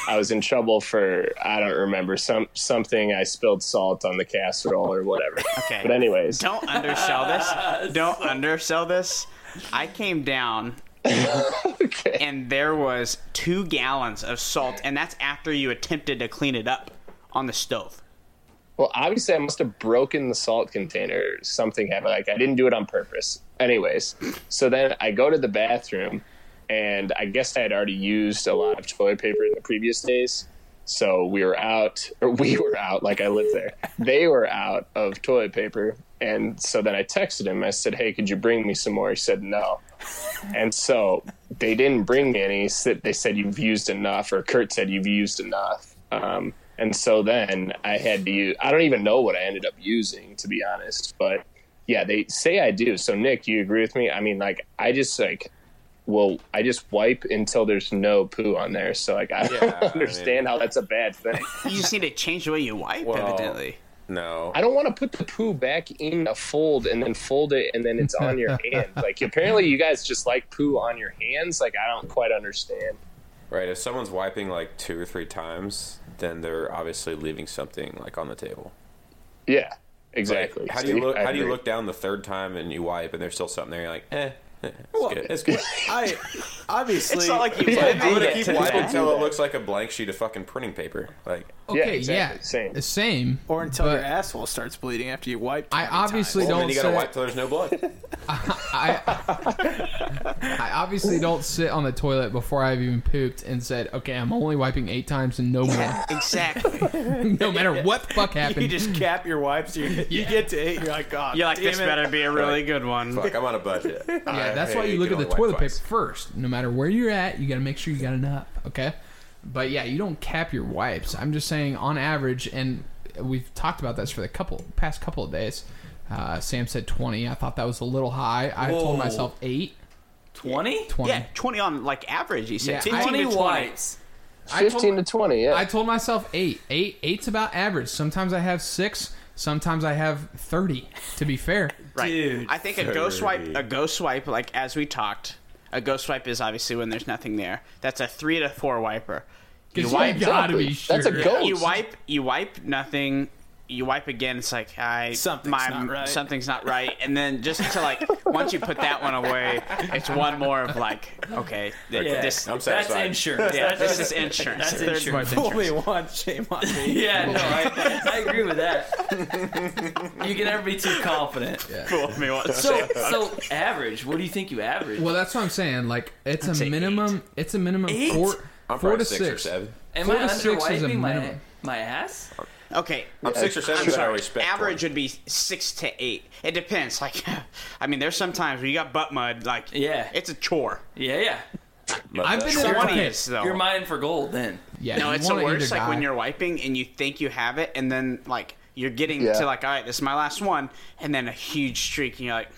Speaker 7: I was in trouble for I don't remember some something. I spilled salt on the casserole or whatever.
Speaker 2: Okay.
Speaker 7: But anyways,
Speaker 2: Don't undersell this. Don't undersell this. I came down and there was two gallons of salt, and that's after you attempted to clean it up on the stove.
Speaker 7: well, obviously I must have broken the salt container. Or something happened. Like I didn't do it on purpose. Anyways, so then I go to the bathroom, and I guess I had already used a lot of toilet paper in the previous days. So we were out, or we were out, like I lived there. They were out of toilet paper. And so then I texted him. I said, Hey, could you bring me some more? He said, No. And so they didn't bring me any. He said- They said, You've used enough, or Kurt said, You've used enough. Um, and so then I had to use, I don't even know what I ended up using, to be honest. But yeah, they say I do. So, Nick, you agree with me? I mean, like, I just, like, well, I just wipe until there's no poo on there. So like, I don't
Speaker 6: Yeah, I mean-
Speaker 7: understand how that's a bad thing.
Speaker 2: You just need to change the way you wipe,
Speaker 6: Well,
Speaker 2: evidently.
Speaker 6: No.
Speaker 7: I don't want to put the poo back in a fold and then fold it and then it's on your hand. Like apparently you guys just like poo on your hands. Like I don't quite understand.
Speaker 6: Right. If someone's wiping like two or three times, then they're obviously leaving something like on the table.
Speaker 7: Yeah,
Speaker 6: Like,
Speaker 7: exactly.
Speaker 6: how do you
Speaker 7: Steve,
Speaker 6: look?
Speaker 7: I
Speaker 6: How do you
Speaker 7: agree.
Speaker 6: look down the third time and you wipe and there's still something there? You're like, eh, eh, it's
Speaker 3: Well,
Speaker 6: good. It's good.
Speaker 3: I obviously
Speaker 2: It's not like you
Speaker 7: Yeah,
Speaker 2: limit
Speaker 6: I'm
Speaker 7: do
Speaker 6: gonna
Speaker 7: that
Speaker 2: it
Speaker 6: keep
Speaker 2: to
Speaker 6: wiping
Speaker 2: that.
Speaker 6: until it looks like a blank sheet of fucking printing paper. Like,
Speaker 4: Okay, yeah,
Speaker 7: exactly, same.
Speaker 4: same.
Speaker 3: or until your
Speaker 4: but-
Speaker 3: asshole starts bleeding after you wipe.
Speaker 4: I
Speaker 3: 20 times.
Speaker 4: obviously
Speaker 6: well, then
Speaker 4: don't
Speaker 6: you gotta
Speaker 4: say,
Speaker 6: wipe till there's no blood.
Speaker 4: I, I obviously don't sit on the toilet before I've even pooped and said, "Okay, I'm only wiping eight times and no more,
Speaker 2: Exactly.
Speaker 4: no matter what the fuck
Speaker 3: You
Speaker 4: happened."
Speaker 3: just cap your wipes. You, you get to eight. You're like, God,
Speaker 2: You're like,
Speaker 3: damn
Speaker 2: this
Speaker 3: it."
Speaker 2: better be a really good one.
Speaker 6: Fuck, I'm on a budget.
Speaker 4: yeah, that's why you look at the toilet paper first. No matter where you're at, you got to make sure you got enough. Okay, but yeah, you don't cap your wipes. I'm just saying, on average, and we've talked about this for the couple past couple of days. Uh, Sam said 20. I thought that was a little high. I told
Speaker 5: Whoa.
Speaker 4: myself eight.
Speaker 5: 20?
Speaker 4: 20.
Speaker 2: Yeah, 20 on like average, you said. 15
Speaker 4: Yeah, I-
Speaker 2: to
Speaker 5: 20
Speaker 2: 20.
Speaker 5: wipes.
Speaker 4: I told-
Speaker 7: Fifteen to twenty. Yeah.
Speaker 4: I told myself eight. Eight. Eight's about average. Sometimes I have six. Sometimes I have thirty. To be fair,
Speaker 2: Right.
Speaker 5: Dude,
Speaker 2: I think a ghost swipe,
Speaker 6: thirty.
Speaker 2: a ghost swipe, like as we talked, a ghost swipe is obviously when there's nothing there. That's a three to four wiper. You
Speaker 4: because
Speaker 2: wipe,
Speaker 4: you gotta
Speaker 7: Exactly.
Speaker 2: Oh,
Speaker 4: be sure.
Speaker 7: That's a ghost.
Speaker 2: you wipe, you wipe nothing. you wipe again, it's like I
Speaker 3: Something's
Speaker 2: my,
Speaker 3: not right.
Speaker 2: something's not right, and then just to like once you put that one away, it's one more of like okay, th-
Speaker 5: Yeah.
Speaker 2: this
Speaker 6: I'm
Speaker 5: That's
Speaker 6: satisfied.
Speaker 5: insurance.
Speaker 2: yeah,
Speaker 5: That's
Speaker 2: this is insurance.
Speaker 5: That's
Speaker 2: Third
Speaker 5: insurance.
Speaker 2: part's
Speaker 3: Only one. Shame on me.
Speaker 5: Yeah, no, I, I agree with that. You can never be too confident.
Speaker 2: insurance. Me once.
Speaker 5: So, so average. What do you think you average?
Speaker 4: Well, that's what I'm saying. Like it's a
Speaker 2: say
Speaker 4: minimum. It's a minimum
Speaker 5: Eight?
Speaker 4: four,
Speaker 6: I'm
Speaker 4: four to
Speaker 6: probably six, or seven.
Speaker 5: Am
Speaker 4: four
Speaker 5: I
Speaker 4: to six is a
Speaker 5: underwiping my
Speaker 4: minimum.
Speaker 5: my ass?
Speaker 2: Okay,
Speaker 6: I'm six or seven,
Speaker 2: I'm
Speaker 6: but I
Speaker 2: sorry.
Speaker 6: respect.
Speaker 2: Average would be six to eight. It depends. Like, I mean, there's sometimes when you got butt mud. Like,
Speaker 5: Yeah.
Speaker 2: it's a chore.
Speaker 5: Yeah, yeah.
Speaker 4: I've been in
Speaker 2: Twenty
Speaker 4: okay.
Speaker 2: is though.
Speaker 5: You're mining for gold then.
Speaker 4: Yeah,
Speaker 2: no,
Speaker 4: you
Speaker 2: it's the
Speaker 4: want it
Speaker 2: worst.
Speaker 4: to
Speaker 2: Like when
Speaker 4: die.
Speaker 2: you're wiping and you think you have it, and then like you're getting
Speaker 8: Yeah.
Speaker 2: to like, all right, this is my last one, and then a huge streak, and you're like,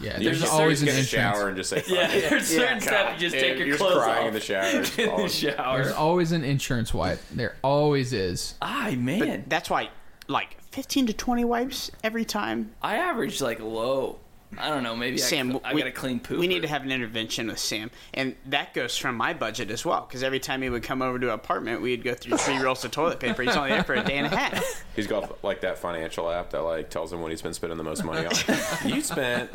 Speaker 4: Yeah,
Speaker 6: There's
Speaker 4: there's
Speaker 5: just
Speaker 4: always an
Speaker 6: get in the
Speaker 4: insurance.
Speaker 6: shower and just say, "Fuck
Speaker 5: Yeah,
Speaker 6: it."
Speaker 5: there's certain stuff you just
Speaker 6: Dude,
Speaker 5: take your
Speaker 6: you're just
Speaker 5: clothes
Speaker 6: crying
Speaker 5: off
Speaker 6: in the shower. It's
Speaker 5: in the
Speaker 6: falling.
Speaker 4: There's
Speaker 5: shower.
Speaker 4: always an insurance wipe. There always is.
Speaker 5: Ay man,
Speaker 2: that's why like 15 to 20 wipes every time.
Speaker 5: I average like low. I don't know. Maybe
Speaker 2: Sam,
Speaker 5: I, I
Speaker 2: we-
Speaker 5: got a clean poop.
Speaker 2: We need to have an intervention with Sam, and that goes from my budget as well. Because every time he would come over to an apartment, we'd go through three rolls of toilet paper. He's only there for a day and a half.
Speaker 6: He's got like that financial app that like tells him what he's been spending the most money on. you spent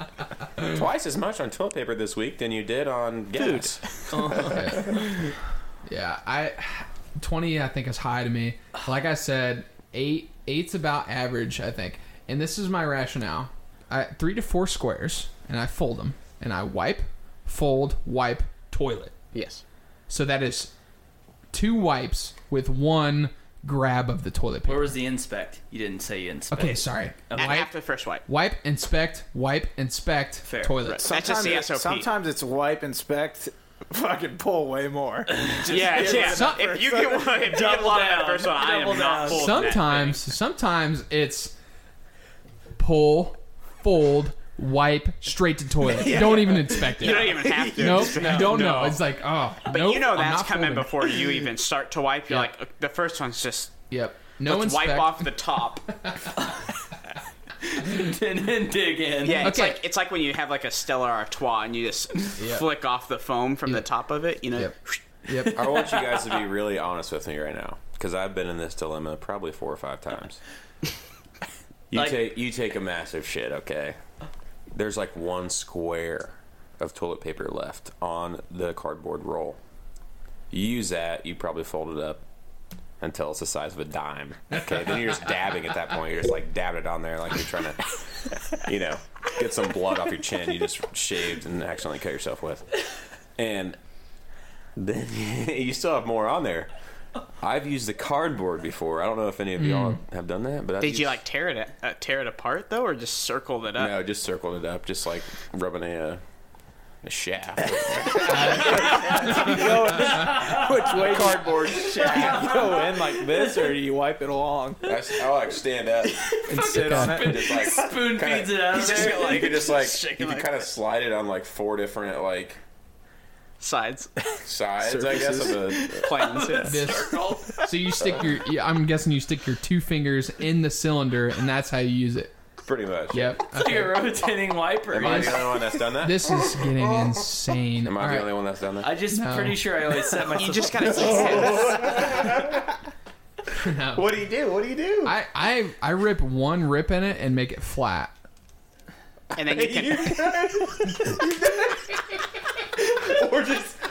Speaker 6: twice as much on toilet paper this week than you did on gas.
Speaker 4: Yeah, I twenty I think is high to me. Like I said, eight eight's about average I think, and this is my rationale. I three to four squares, and I fold them, and I wipe, fold, wipe, toilet.
Speaker 2: Yes.
Speaker 4: So that is two wipes with one grab of the toilet
Speaker 5: Where
Speaker 4: paper.
Speaker 5: was the inspect? You didn't say you inspect.
Speaker 4: Okay, sorry.
Speaker 2: A-
Speaker 4: Wipe,
Speaker 2: After the first wipe.
Speaker 4: wipe, inspect, wipe, inspect,
Speaker 5: Fair.
Speaker 4: toilet.
Speaker 2: That's just the
Speaker 3: it-
Speaker 2: SOP.
Speaker 3: sometimes it's wipe, inspect, fucking pull way more.
Speaker 2: yeah, yeah.
Speaker 4: Some-
Speaker 2: if you get one, if you get a
Speaker 5: Double
Speaker 2: lot of that
Speaker 5: down.
Speaker 2: first one, I am
Speaker 5: Double
Speaker 2: not
Speaker 5: down.
Speaker 2: full.
Speaker 4: Sometimes, sometimes it's pull, fold, wipe straight to toilet. Don't even inspect it.
Speaker 2: You don't even have to.
Speaker 4: Nope,
Speaker 2: Just-
Speaker 4: you don't know. It's like, oh,
Speaker 2: But
Speaker 4: nope,
Speaker 2: you know
Speaker 4: I'm
Speaker 2: that's
Speaker 4: not
Speaker 2: coming
Speaker 4: folding.
Speaker 2: before you even start to wipe. You're
Speaker 4: Yeah.
Speaker 2: like, "Uh, the first one's just
Speaker 4: Yep. No
Speaker 2: let's
Speaker 4: inspect.
Speaker 2: wipe off the top.
Speaker 5: and then dig in.
Speaker 2: Yeah, it's
Speaker 4: Okay.
Speaker 2: like it's like when you have like a Stella Artois and you just flick off the foam from the top of it. You know,
Speaker 4: Yep. Yep.
Speaker 6: I want you guys to be really honest with me right now because I've been in this dilemma probably four or five times. You
Speaker 5: Like-
Speaker 6: take you take a massive shit, okay? There's like one square of toilet paper left on the cardboard roll. You use that, you probably fold it up until it's the size of a dime. Okay, then you're just dabbing at that point. You're just like dabbing it on there, like you're trying to, you know, get some blood off your chin. You just shaved and accidentally cut yourself with, and then you still have more on there. I've used the cardboard before. I don't know if any of y'all have done that, but I've
Speaker 2: did you
Speaker 6: used-
Speaker 2: like tear it uh, tear it apart though, or just circled it up?
Speaker 6: No, just circled it up, just like rubbing a. uh, A shaft.
Speaker 3: Which way do
Speaker 6: Cardboard shaft.
Speaker 3: you go in like this, or do you wipe it along
Speaker 6: I, I like stand up
Speaker 3: and sit on it?
Speaker 6: and just like
Speaker 5: Spoon
Speaker 6: Kinda-
Speaker 5: feeds it out of
Speaker 6: You
Speaker 5: there.
Speaker 6: could- you could just like
Speaker 2: Shake
Speaker 6: you
Speaker 2: it
Speaker 6: could
Speaker 2: like
Speaker 6: kind of slide it on like four different like
Speaker 2: Sides,
Speaker 6: sides, I guess. Of a,
Speaker 2: planes. yeah.
Speaker 4: This. So you stick your. Yeah, I'm guessing you stick your two fingers in the cylinder, and that's how you use it.
Speaker 6: pretty much.
Speaker 4: Yep.
Speaker 5: like a rotating wiper.
Speaker 6: Am I
Speaker 5: I,
Speaker 6: the only one that's done that?
Speaker 4: This is getting insane.
Speaker 6: Am I
Speaker 4: All
Speaker 6: the
Speaker 4: right.
Speaker 6: only one that's done that?
Speaker 5: just
Speaker 4: No.
Speaker 5: pretty sure I always set myself.
Speaker 2: You just gotta keep it.
Speaker 4: What do you do? What do you do? I, I I rip one rip in it and make it flat.
Speaker 2: and then you can.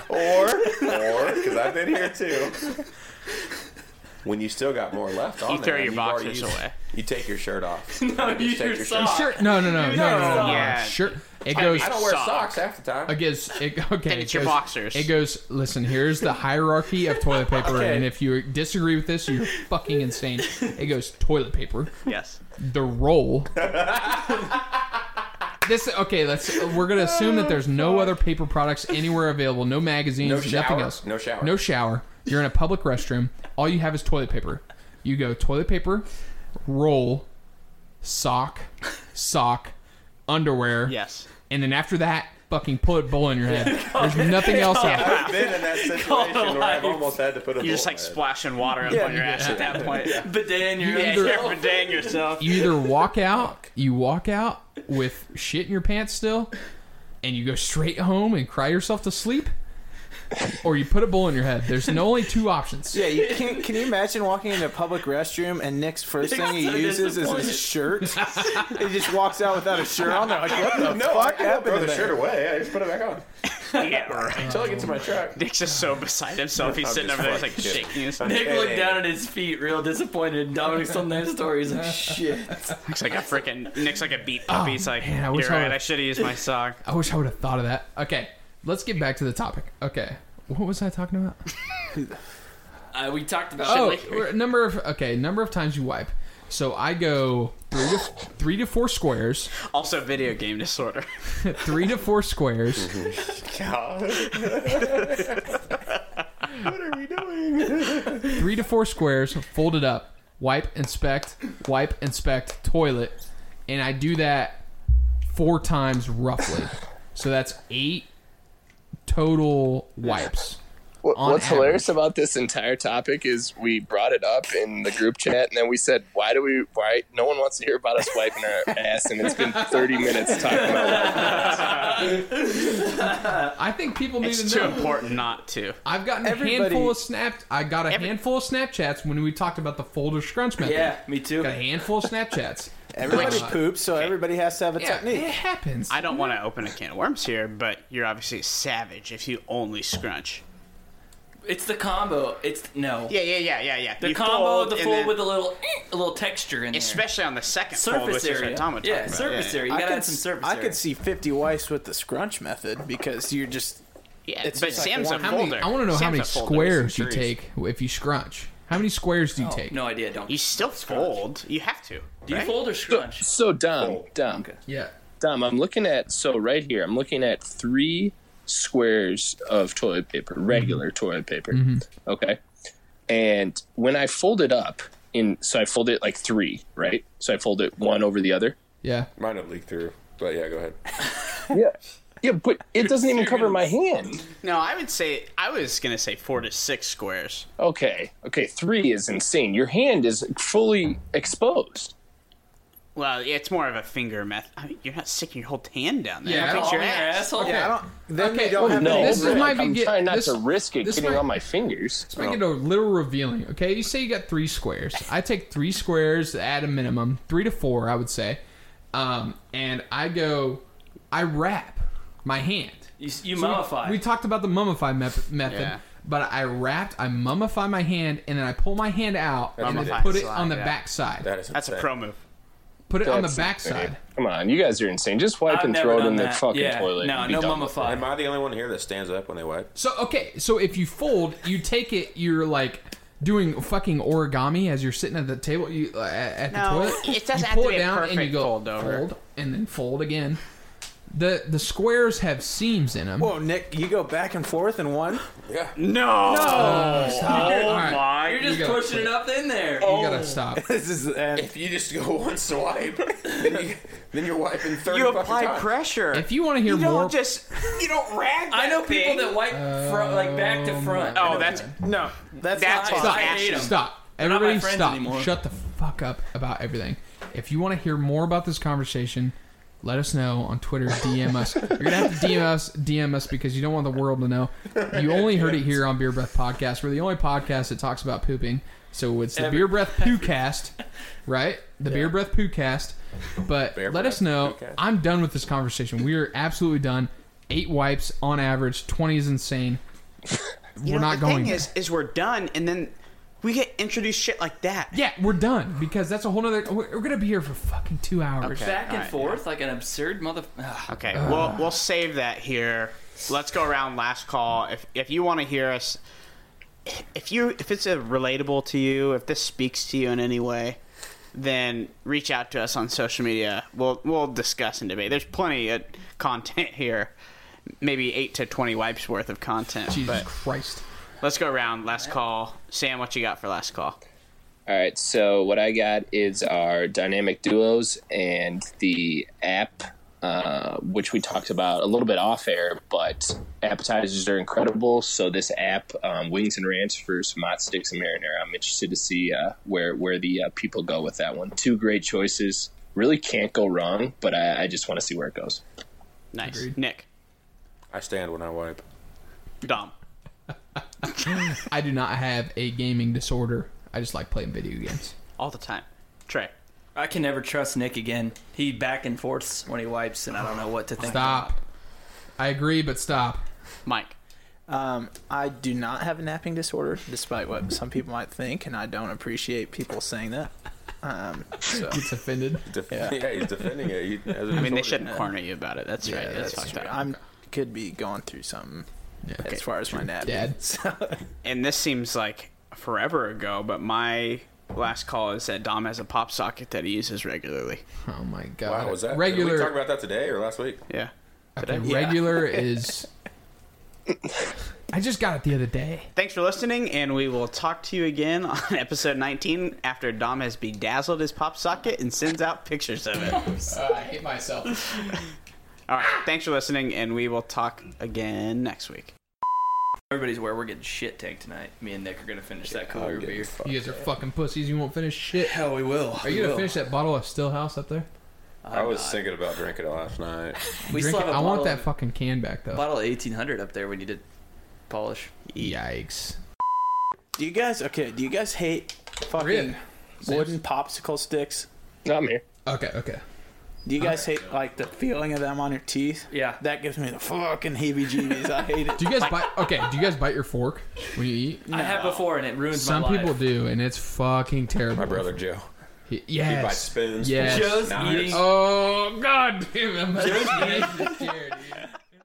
Speaker 6: or or because I've been here too. When you still got more left on
Speaker 2: You throw
Speaker 6: there,
Speaker 2: your
Speaker 6: you've already
Speaker 2: boxers
Speaker 6: used-
Speaker 2: away.
Speaker 6: You take your shirt off.
Speaker 5: No,
Speaker 6: You just
Speaker 5: use
Speaker 6: take
Speaker 5: your
Speaker 6: your
Speaker 5: sock.
Speaker 4: Sure. No, no, no, no, no, no, no.
Speaker 2: Yeah.
Speaker 4: Sure. It goes.
Speaker 6: I don't wear
Speaker 2: Sock.
Speaker 6: socks half the time.
Speaker 4: It goes. It, okay.
Speaker 2: Then it's
Speaker 4: it
Speaker 2: your
Speaker 4: goes-
Speaker 2: boxers.
Speaker 4: It goes. Listen, here's the hierarchy of toilet paper,
Speaker 3: Okay.
Speaker 4: and if you disagree with this, you're fucking insane. It goes toilet paper,
Speaker 2: Yes.
Speaker 4: the roll. This okay. Let's. We're gonna assume that there's no other paper products anywhere available. No magazines.
Speaker 6: No shower.
Speaker 4: Nothing else.
Speaker 6: No shower.
Speaker 4: No shower. You're in a public restroom. All you have is toilet paper. You go toilet paper, roll, sock, sock, underwear.
Speaker 2: Yes.
Speaker 4: And then after that, fucking bullet bowl in your head. There's nothing else out.
Speaker 6: I've been in that situation where I've almost had to put a.
Speaker 2: You're just
Speaker 6: bullet
Speaker 2: like
Speaker 6: in it.
Speaker 2: splashing water up on your ass at that point.
Speaker 5: bidet in your
Speaker 4: Yeah,
Speaker 5: own
Speaker 4: you're-
Speaker 5: self.
Speaker 2: Dang yourself.
Speaker 4: You either walk out, you walk out with shit in your pants still, and you go straight home and cry yourself to sleep, or you put a bull in your head. There's no only two options.
Speaker 3: Yeah, you can, can you imagine walking into a public restroom and Nick's first thing he
Speaker 5: so
Speaker 3: uses is his shirt? he just walks out without a shirt on. They're like, what the fuck happened
Speaker 6: throw
Speaker 3: to
Speaker 6: the
Speaker 3: that?
Speaker 6: shirt away. I just put it back on until I get to my truck.
Speaker 2: Nick's just so beside himself. He's
Speaker 6: I'm
Speaker 2: sitting
Speaker 6: just
Speaker 2: over there, he's like
Speaker 6: fucking kidding.
Speaker 2: shaking his
Speaker 6: I'm
Speaker 2: head.
Speaker 5: Nick looked down at his feet, real disappointed. and Dominic's telling that story. He's like, "Shit."
Speaker 2: Nick's like a freaking. Nick's like a beat puppy. he's like,
Speaker 4: man, I
Speaker 2: you're
Speaker 4: wish I
Speaker 2: right.
Speaker 4: would've-
Speaker 2: I should have used my sock.
Speaker 4: I wish I would have thought of that. Okay, let's get back to the topic. Okay, what was I talking about?
Speaker 5: Uh, we talked about
Speaker 4: Oh,
Speaker 5: like,
Speaker 4: we're- number of okay, number of times you wipe. So I go three to three to four squares,
Speaker 2: Also, video game disorder.
Speaker 4: three to four squares. three to four squares, fold it up, wipe, inspect, wipe, inspect, toilet, and I do that four times roughly. So that's eight total wipes.
Speaker 7: What,
Speaker 4: On
Speaker 7: what's
Speaker 4: average.
Speaker 7: hilarious about this entire topic is we brought it up in the group chat, and then we said, "Why do we? Why no one wants to hear about us wiping our ass?" And it's been 30 minutes talking about.
Speaker 4: I think people need
Speaker 2: It's
Speaker 4: to
Speaker 2: too
Speaker 4: know.
Speaker 2: important not to.
Speaker 4: I've gotten a
Speaker 3: Everybody-
Speaker 4: handful of snap. I got a handful of Snapchats when we talked about the folder scrunch method.
Speaker 5: yeah, me too.
Speaker 4: Got a handful of Snapchats.
Speaker 3: Everybody
Speaker 4: Like-
Speaker 3: poops, so everybody has to have a
Speaker 4: yeah, it
Speaker 3: technique.
Speaker 4: happens.
Speaker 2: I don't want to open a can of worms here, but you're obviously a savage if you only scrunch.
Speaker 5: It's the combo. It's no.
Speaker 2: Yeah, yeah, yeah, yeah, yeah.
Speaker 5: The
Speaker 2: You
Speaker 5: combo
Speaker 2: fold
Speaker 5: of the
Speaker 2: and
Speaker 5: fold
Speaker 2: then-
Speaker 5: with a little, eh, a little texture in there.
Speaker 2: especially on the second fold,
Speaker 5: surface
Speaker 2: which
Speaker 5: area.
Speaker 2: is what Tom would talk
Speaker 5: yeah,
Speaker 2: about.
Speaker 5: surface
Speaker 2: yeah.
Speaker 5: area. You gotta add
Speaker 3: s-
Speaker 5: some surface
Speaker 3: I
Speaker 5: area.
Speaker 3: could see 50 wives with the scrunch method because you're just.
Speaker 2: Yeah,
Speaker 3: It's
Speaker 2: but
Speaker 3: just like
Speaker 2: Sam's
Speaker 3: one-
Speaker 2: a
Speaker 4: How many-
Speaker 2: folder.
Speaker 4: I want to know how
Speaker 2: Sam's
Speaker 4: many
Speaker 2: a folder with
Speaker 4: squares
Speaker 2: some
Speaker 4: you
Speaker 2: trees.
Speaker 4: take if you scrunch. How many squares do you take?
Speaker 5: No idea. Don't.
Speaker 2: You still fold. You have to.
Speaker 5: do you
Speaker 2: right?
Speaker 5: fold or scrunch?
Speaker 7: So
Speaker 6: Oh,
Speaker 7: dumb, dumb.
Speaker 4: Yeah.
Speaker 7: Dom, I'm looking at so right here. I'm looking at three squares of toilet paper,
Speaker 6: Mm-hmm.
Speaker 7: regular toilet paper. Okay, and when I fold it up in, so I fold it like three, right? So I fold it one over the other.
Speaker 4: Yeah.
Speaker 6: Mine would leak through, but yeah, go ahead.
Speaker 7: Yeah, yeah, but it doesn't even cover my hand.
Speaker 2: No, I would say I was gonna say four to six squares.
Speaker 7: Okay, okay, three is insane. Your hand is fully exposed.
Speaker 2: Well, yeah, it's more of a finger method. I mean, you're not sticking your whole hand down there.
Speaker 4: Yeah,
Speaker 2: Yeah,
Speaker 4: I
Speaker 2: it's
Speaker 5: Oh,
Speaker 2: your
Speaker 5: yeah,
Speaker 2: ass.
Speaker 5: asshole.
Speaker 3: Yeah, I don't. Then
Speaker 4: Okay,
Speaker 3: they don't
Speaker 4: oh,
Speaker 3: have
Speaker 7: No,
Speaker 3: any
Speaker 4: This is
Speaker 3: bread.
Speaker 4: my
Speaker 7: like, I'm
Speaker 4: begin-
Speaker 7: trying not
Speaker 4: this-
Speaker 7: to risk it
Speaker 4: this
Speaker 7: getting
Speaker 4: might-
Speaker 7: on my fingers.
Speaker 4: Let's make it a little revealing, okay? You say you got three squares. I take three squares at a minimum, three to four, I would say. Um, and I go, I wrap my hand.
Speaker 5: You,
Speaker 4: So we-
Speaker 5: you mummify.
Speaker 4: We, talked about the mummify mep- method,
Speaker 2: Yeah.
Speaker 4: but I wrapped, I mummify my hand, and then I pull my hand out and then
Speaker 2: Mummify
Speaker 4: put it
Speaker 2: slide,
Speaker 4: on the
Speaker 2: yeah.
Speaker 4: back side.
Speaker 6: That is
Speaker 2: That's a
Speaker 6: insane.
Speaker 2: pro move.
Speaker 4: Put it on the
Speaker 7: That's
Speaker 4: back
Speaker 7: insane.
Speaker 4: side.
Speaker 7: Come on, you guys are insane. Just wipe
Speaker 5: I've
Speaker 7: and
Speaker 5: never
Speaker 7: throw it
Speaker 5: done
Speaker 7: in the
Speaker 5: that.
Speaker 7: fucking
Speaker 5: yeah.
Speaker 7: toilet.
Speaker 5: No,
Speaker 7: and be
Speaker 5: no
Speaker 7: done with it.
Speaker 5: mummify.
Speaker 6: Am I the only one here that stands up when they wipe?
Speaker 4: So okay, so if you fold, you take it. You're like doing fucking origami as you're sitting at the table. You uh, at the
Speaker 2: No,
Speaker 4: toilet.
Speaker 2: it doesn't
Speaker 4: you
Speaker 2: have
Speaker 4: pull
Speaker 2: to be
Speaker 4: it
Speaker 2: a
Speaker 4: down and you
Speaker 2: perfect
Speaker 4: go
Speaker 2: fold over.
Speaker 4: fold and then fold again. The the squares have seams in them.
Speaker 3: Whoa, Nick, you go back and forth in one.
Speaker 6: Yeah.
Speaker 2: No.
Speaker 4: Oh
Speaker 5: You're just
Speaker 4: You Oh. gotta
Speaker 5: pushing it up in there.
Speaker 4: You gotta stop.
Speaker 3: This is and
Speaker 6: If you just go one swipe, then, you, then you're wiping 30
Speaker 2: You
Speaker 6: fucking
Speaker 2: apply
Speaker 6: times.
Speaker 2: pressure.
Speaker 4: If you want to hear
Speaker 2: you don't
Speaker 4: more,
Speaker 2: just you don't rag.
Speaker 5: I know
Speaker 2: that thing.
Speaker 5: people that wipe front, like back to front.
Speaker 2: Oh, that's
Speaker 3: no, that's,
Speaker 2: That's
Speaker 3: not
Speaker 5: I
Speaker 4: stop,
Speaker 2: fine.
Speaker 5: hate 'em.
Speaker 4: stop.
Speaker 5: not my
Speaker 4: Everybody,
Speaker 5: friends
Speaker 4: stop.
Speaker 5: anymore.
Speaker 4: Shut the fuck up about everything. If you want to hear more about this conversation, let us know on Twitter. DM us. You're gonna have to DM us, DM us because you don't want the world to know. You only heard it here on Beer Breath Podcast. We're the only podcast that talks about pooping. So it's the Beer Breath Poocast, right? The Beer Breath Poocast. But
Speaker 6: Beer
Speaker 4: let
Speaker 6: Breath
Speaker 4: us know.
Speaker 6: Poocast.
Speaker 4: I'm done with this conversation. We are absolutely done. Eight wipes on average. Twenty is insane.
Speaker 2: You
Speaker 4: We're
Speaker 2: know,
Speaker 4: not
Speaker 2: the
Speaker 4: going.
Speaker 2: thing
Speaker 4: there.
Speaker 2: is, is we're done, and then we get introduced shit like that.
Speaker 4: Yeah, we're done because that's a whole nother. We're, we're gonna be here for fucking two hours.
Speaker 2: Okay.
Speaker 5: Back and
Speaker 2: alright,
Speaker 5: forth like an absurd mother. Ugh.
Speaker 2: Okay, we'll we'll save that here. Let's go around last call. If if you want to hear us, if you if it's uh relatable to you, if this speaks to you in any way, then reach out to us on social media. We'll we'll discuss and debate. There's plenty of content here, maybe eight to twenty wipes worth of content.
Speaker 4: Jesus
Speaker 2: But
Speaker 4: Christ.
Speaker 2: let's go around last call. Sam, what you got for last call?
Speaker 7: All right, so what I got is our dynamic duos and the app, uh, which we talked about a little bit off air, but appetizers are incredible. So this app, um, Wings and Ranch for some hot sticks and marinara, I'm interested to see uh, where where the uh, people go with that one. Two great choices. Really can't go wrong, but I, I just want to see where it goes.
Speaker 2: Nice,
Speaker 4: Agreed.
Speaker 2: Nick,
Speaker 6: I stand when I wipe.
Speaker 2: Dom.
Speaker 4: I do not have a gaming disorder. I just like playing video games.
Speaker 2: all the time. Trey,
Speaker 5: I can never trust Nick again. He back and forths when he wipes, and I don't know what to think.
Speaker 4: Stop. I agree, but stop.
Speaker 2: Mike,
Speaker 3: Um, I do not have a napping disorder, despite what some people might think, and I don't appreciate people saying that. Um, so
Speaker 4: Gets offended.
Speaker 6: Def- yeah. he's defending it. He has a
Speaker 2: I mean, they
Speaker 6: disorder.
Speaker 2: shouldn't corner you about it. That's right.
Speaker 3: yeah,
Speaker 2: That's,
Speaker 3: that's
Speaker 2: fucked
Speaker 3: true.
Speaker 2: up.
Speaker 3: I'm could be going through something
Speaker 4: Yeah.
Speaker 3: as far as my napping.
Speaker 4: Dad.
Speaker 3: So,
Speaker 2: and this seems like forever ago, but my last call is that Dom has a pop socket that he uses regularly.
Speaker 4: Oh my god.
Speaker 6: Wow, was that regular? Did we
Speaker 4: regular?
Speaker 6: talk about that today or last week?
Speaker 2: Yeah.
Speaker 4: okay,
Speaker 2: today?
Speaker 4: regular is. I just got it the other day.
Speaker 2: Thanks for listening, and we will talk to you again on episode 19 after Dom has bedazzled his pop socket and sends out pictures of it.
Speaker 6: Uh,
Speaker 4: I hate myself.
Speaker 2: All right. Thanks for listening, and we will talk again next week.
Speaker 5: Everybody's aware we're getting shit tanked tonight. Me and Nick are gonna finish that cooler beer.
Speaker 4: You guys are fucking pussies. You won't finish shit.
Speaker 5: Hell, we will.
Speaker 4: Are you gonna finish that bottle of Stillhouse up there?
Speaker 6: I was thinking about drinking it last night.
Speaker 5: We
Speaker 4: Drink
Speaker 5: still
Speaker 4: it.
Speaker 5: have a
Speaker 4: I want
Speaker 5: bottle
Speaker 4: that
Speaker 5: of-
Speaker 4: fucking can back though.
Speaker 5: bottle of 1800 up there when you did polish.
Speaker 4: Yikes.
Speaker 3: do you guys okay? Do you guys hate fucking
Speaker 4: Rib.
Speaker 3: wooden popsicle sticks?
Speaker 7: No, I'm here.
Speaker 4: Okay. Okay.
Speaker 3: Do you guys hate like the feeling of them on your teeth?
Speaker 5: Yeah.
Speaker 3: That gives me the fucking heebie-jeebies. I hate it.
Speaker 4: Do you guys bite? Okay. Do you guys bite your fork when you eat?
Speaker 5: I have before and it ruins
Speaker 4: Some
Speaker 5: my life.
Speaker 4: people do, and it's fucking terrible.
Speaker 6: My brother Joe.
Speaker 4: He-
Speaker 6: He
Speaker 4: Yes.
Speaker 6: bites spoons.
Speaker 4: Yes.
Speaker 5: Joe's
Speaker 6: Knives.
Speaker 5: eating
Speaker 4: Oh god damn it! I'm-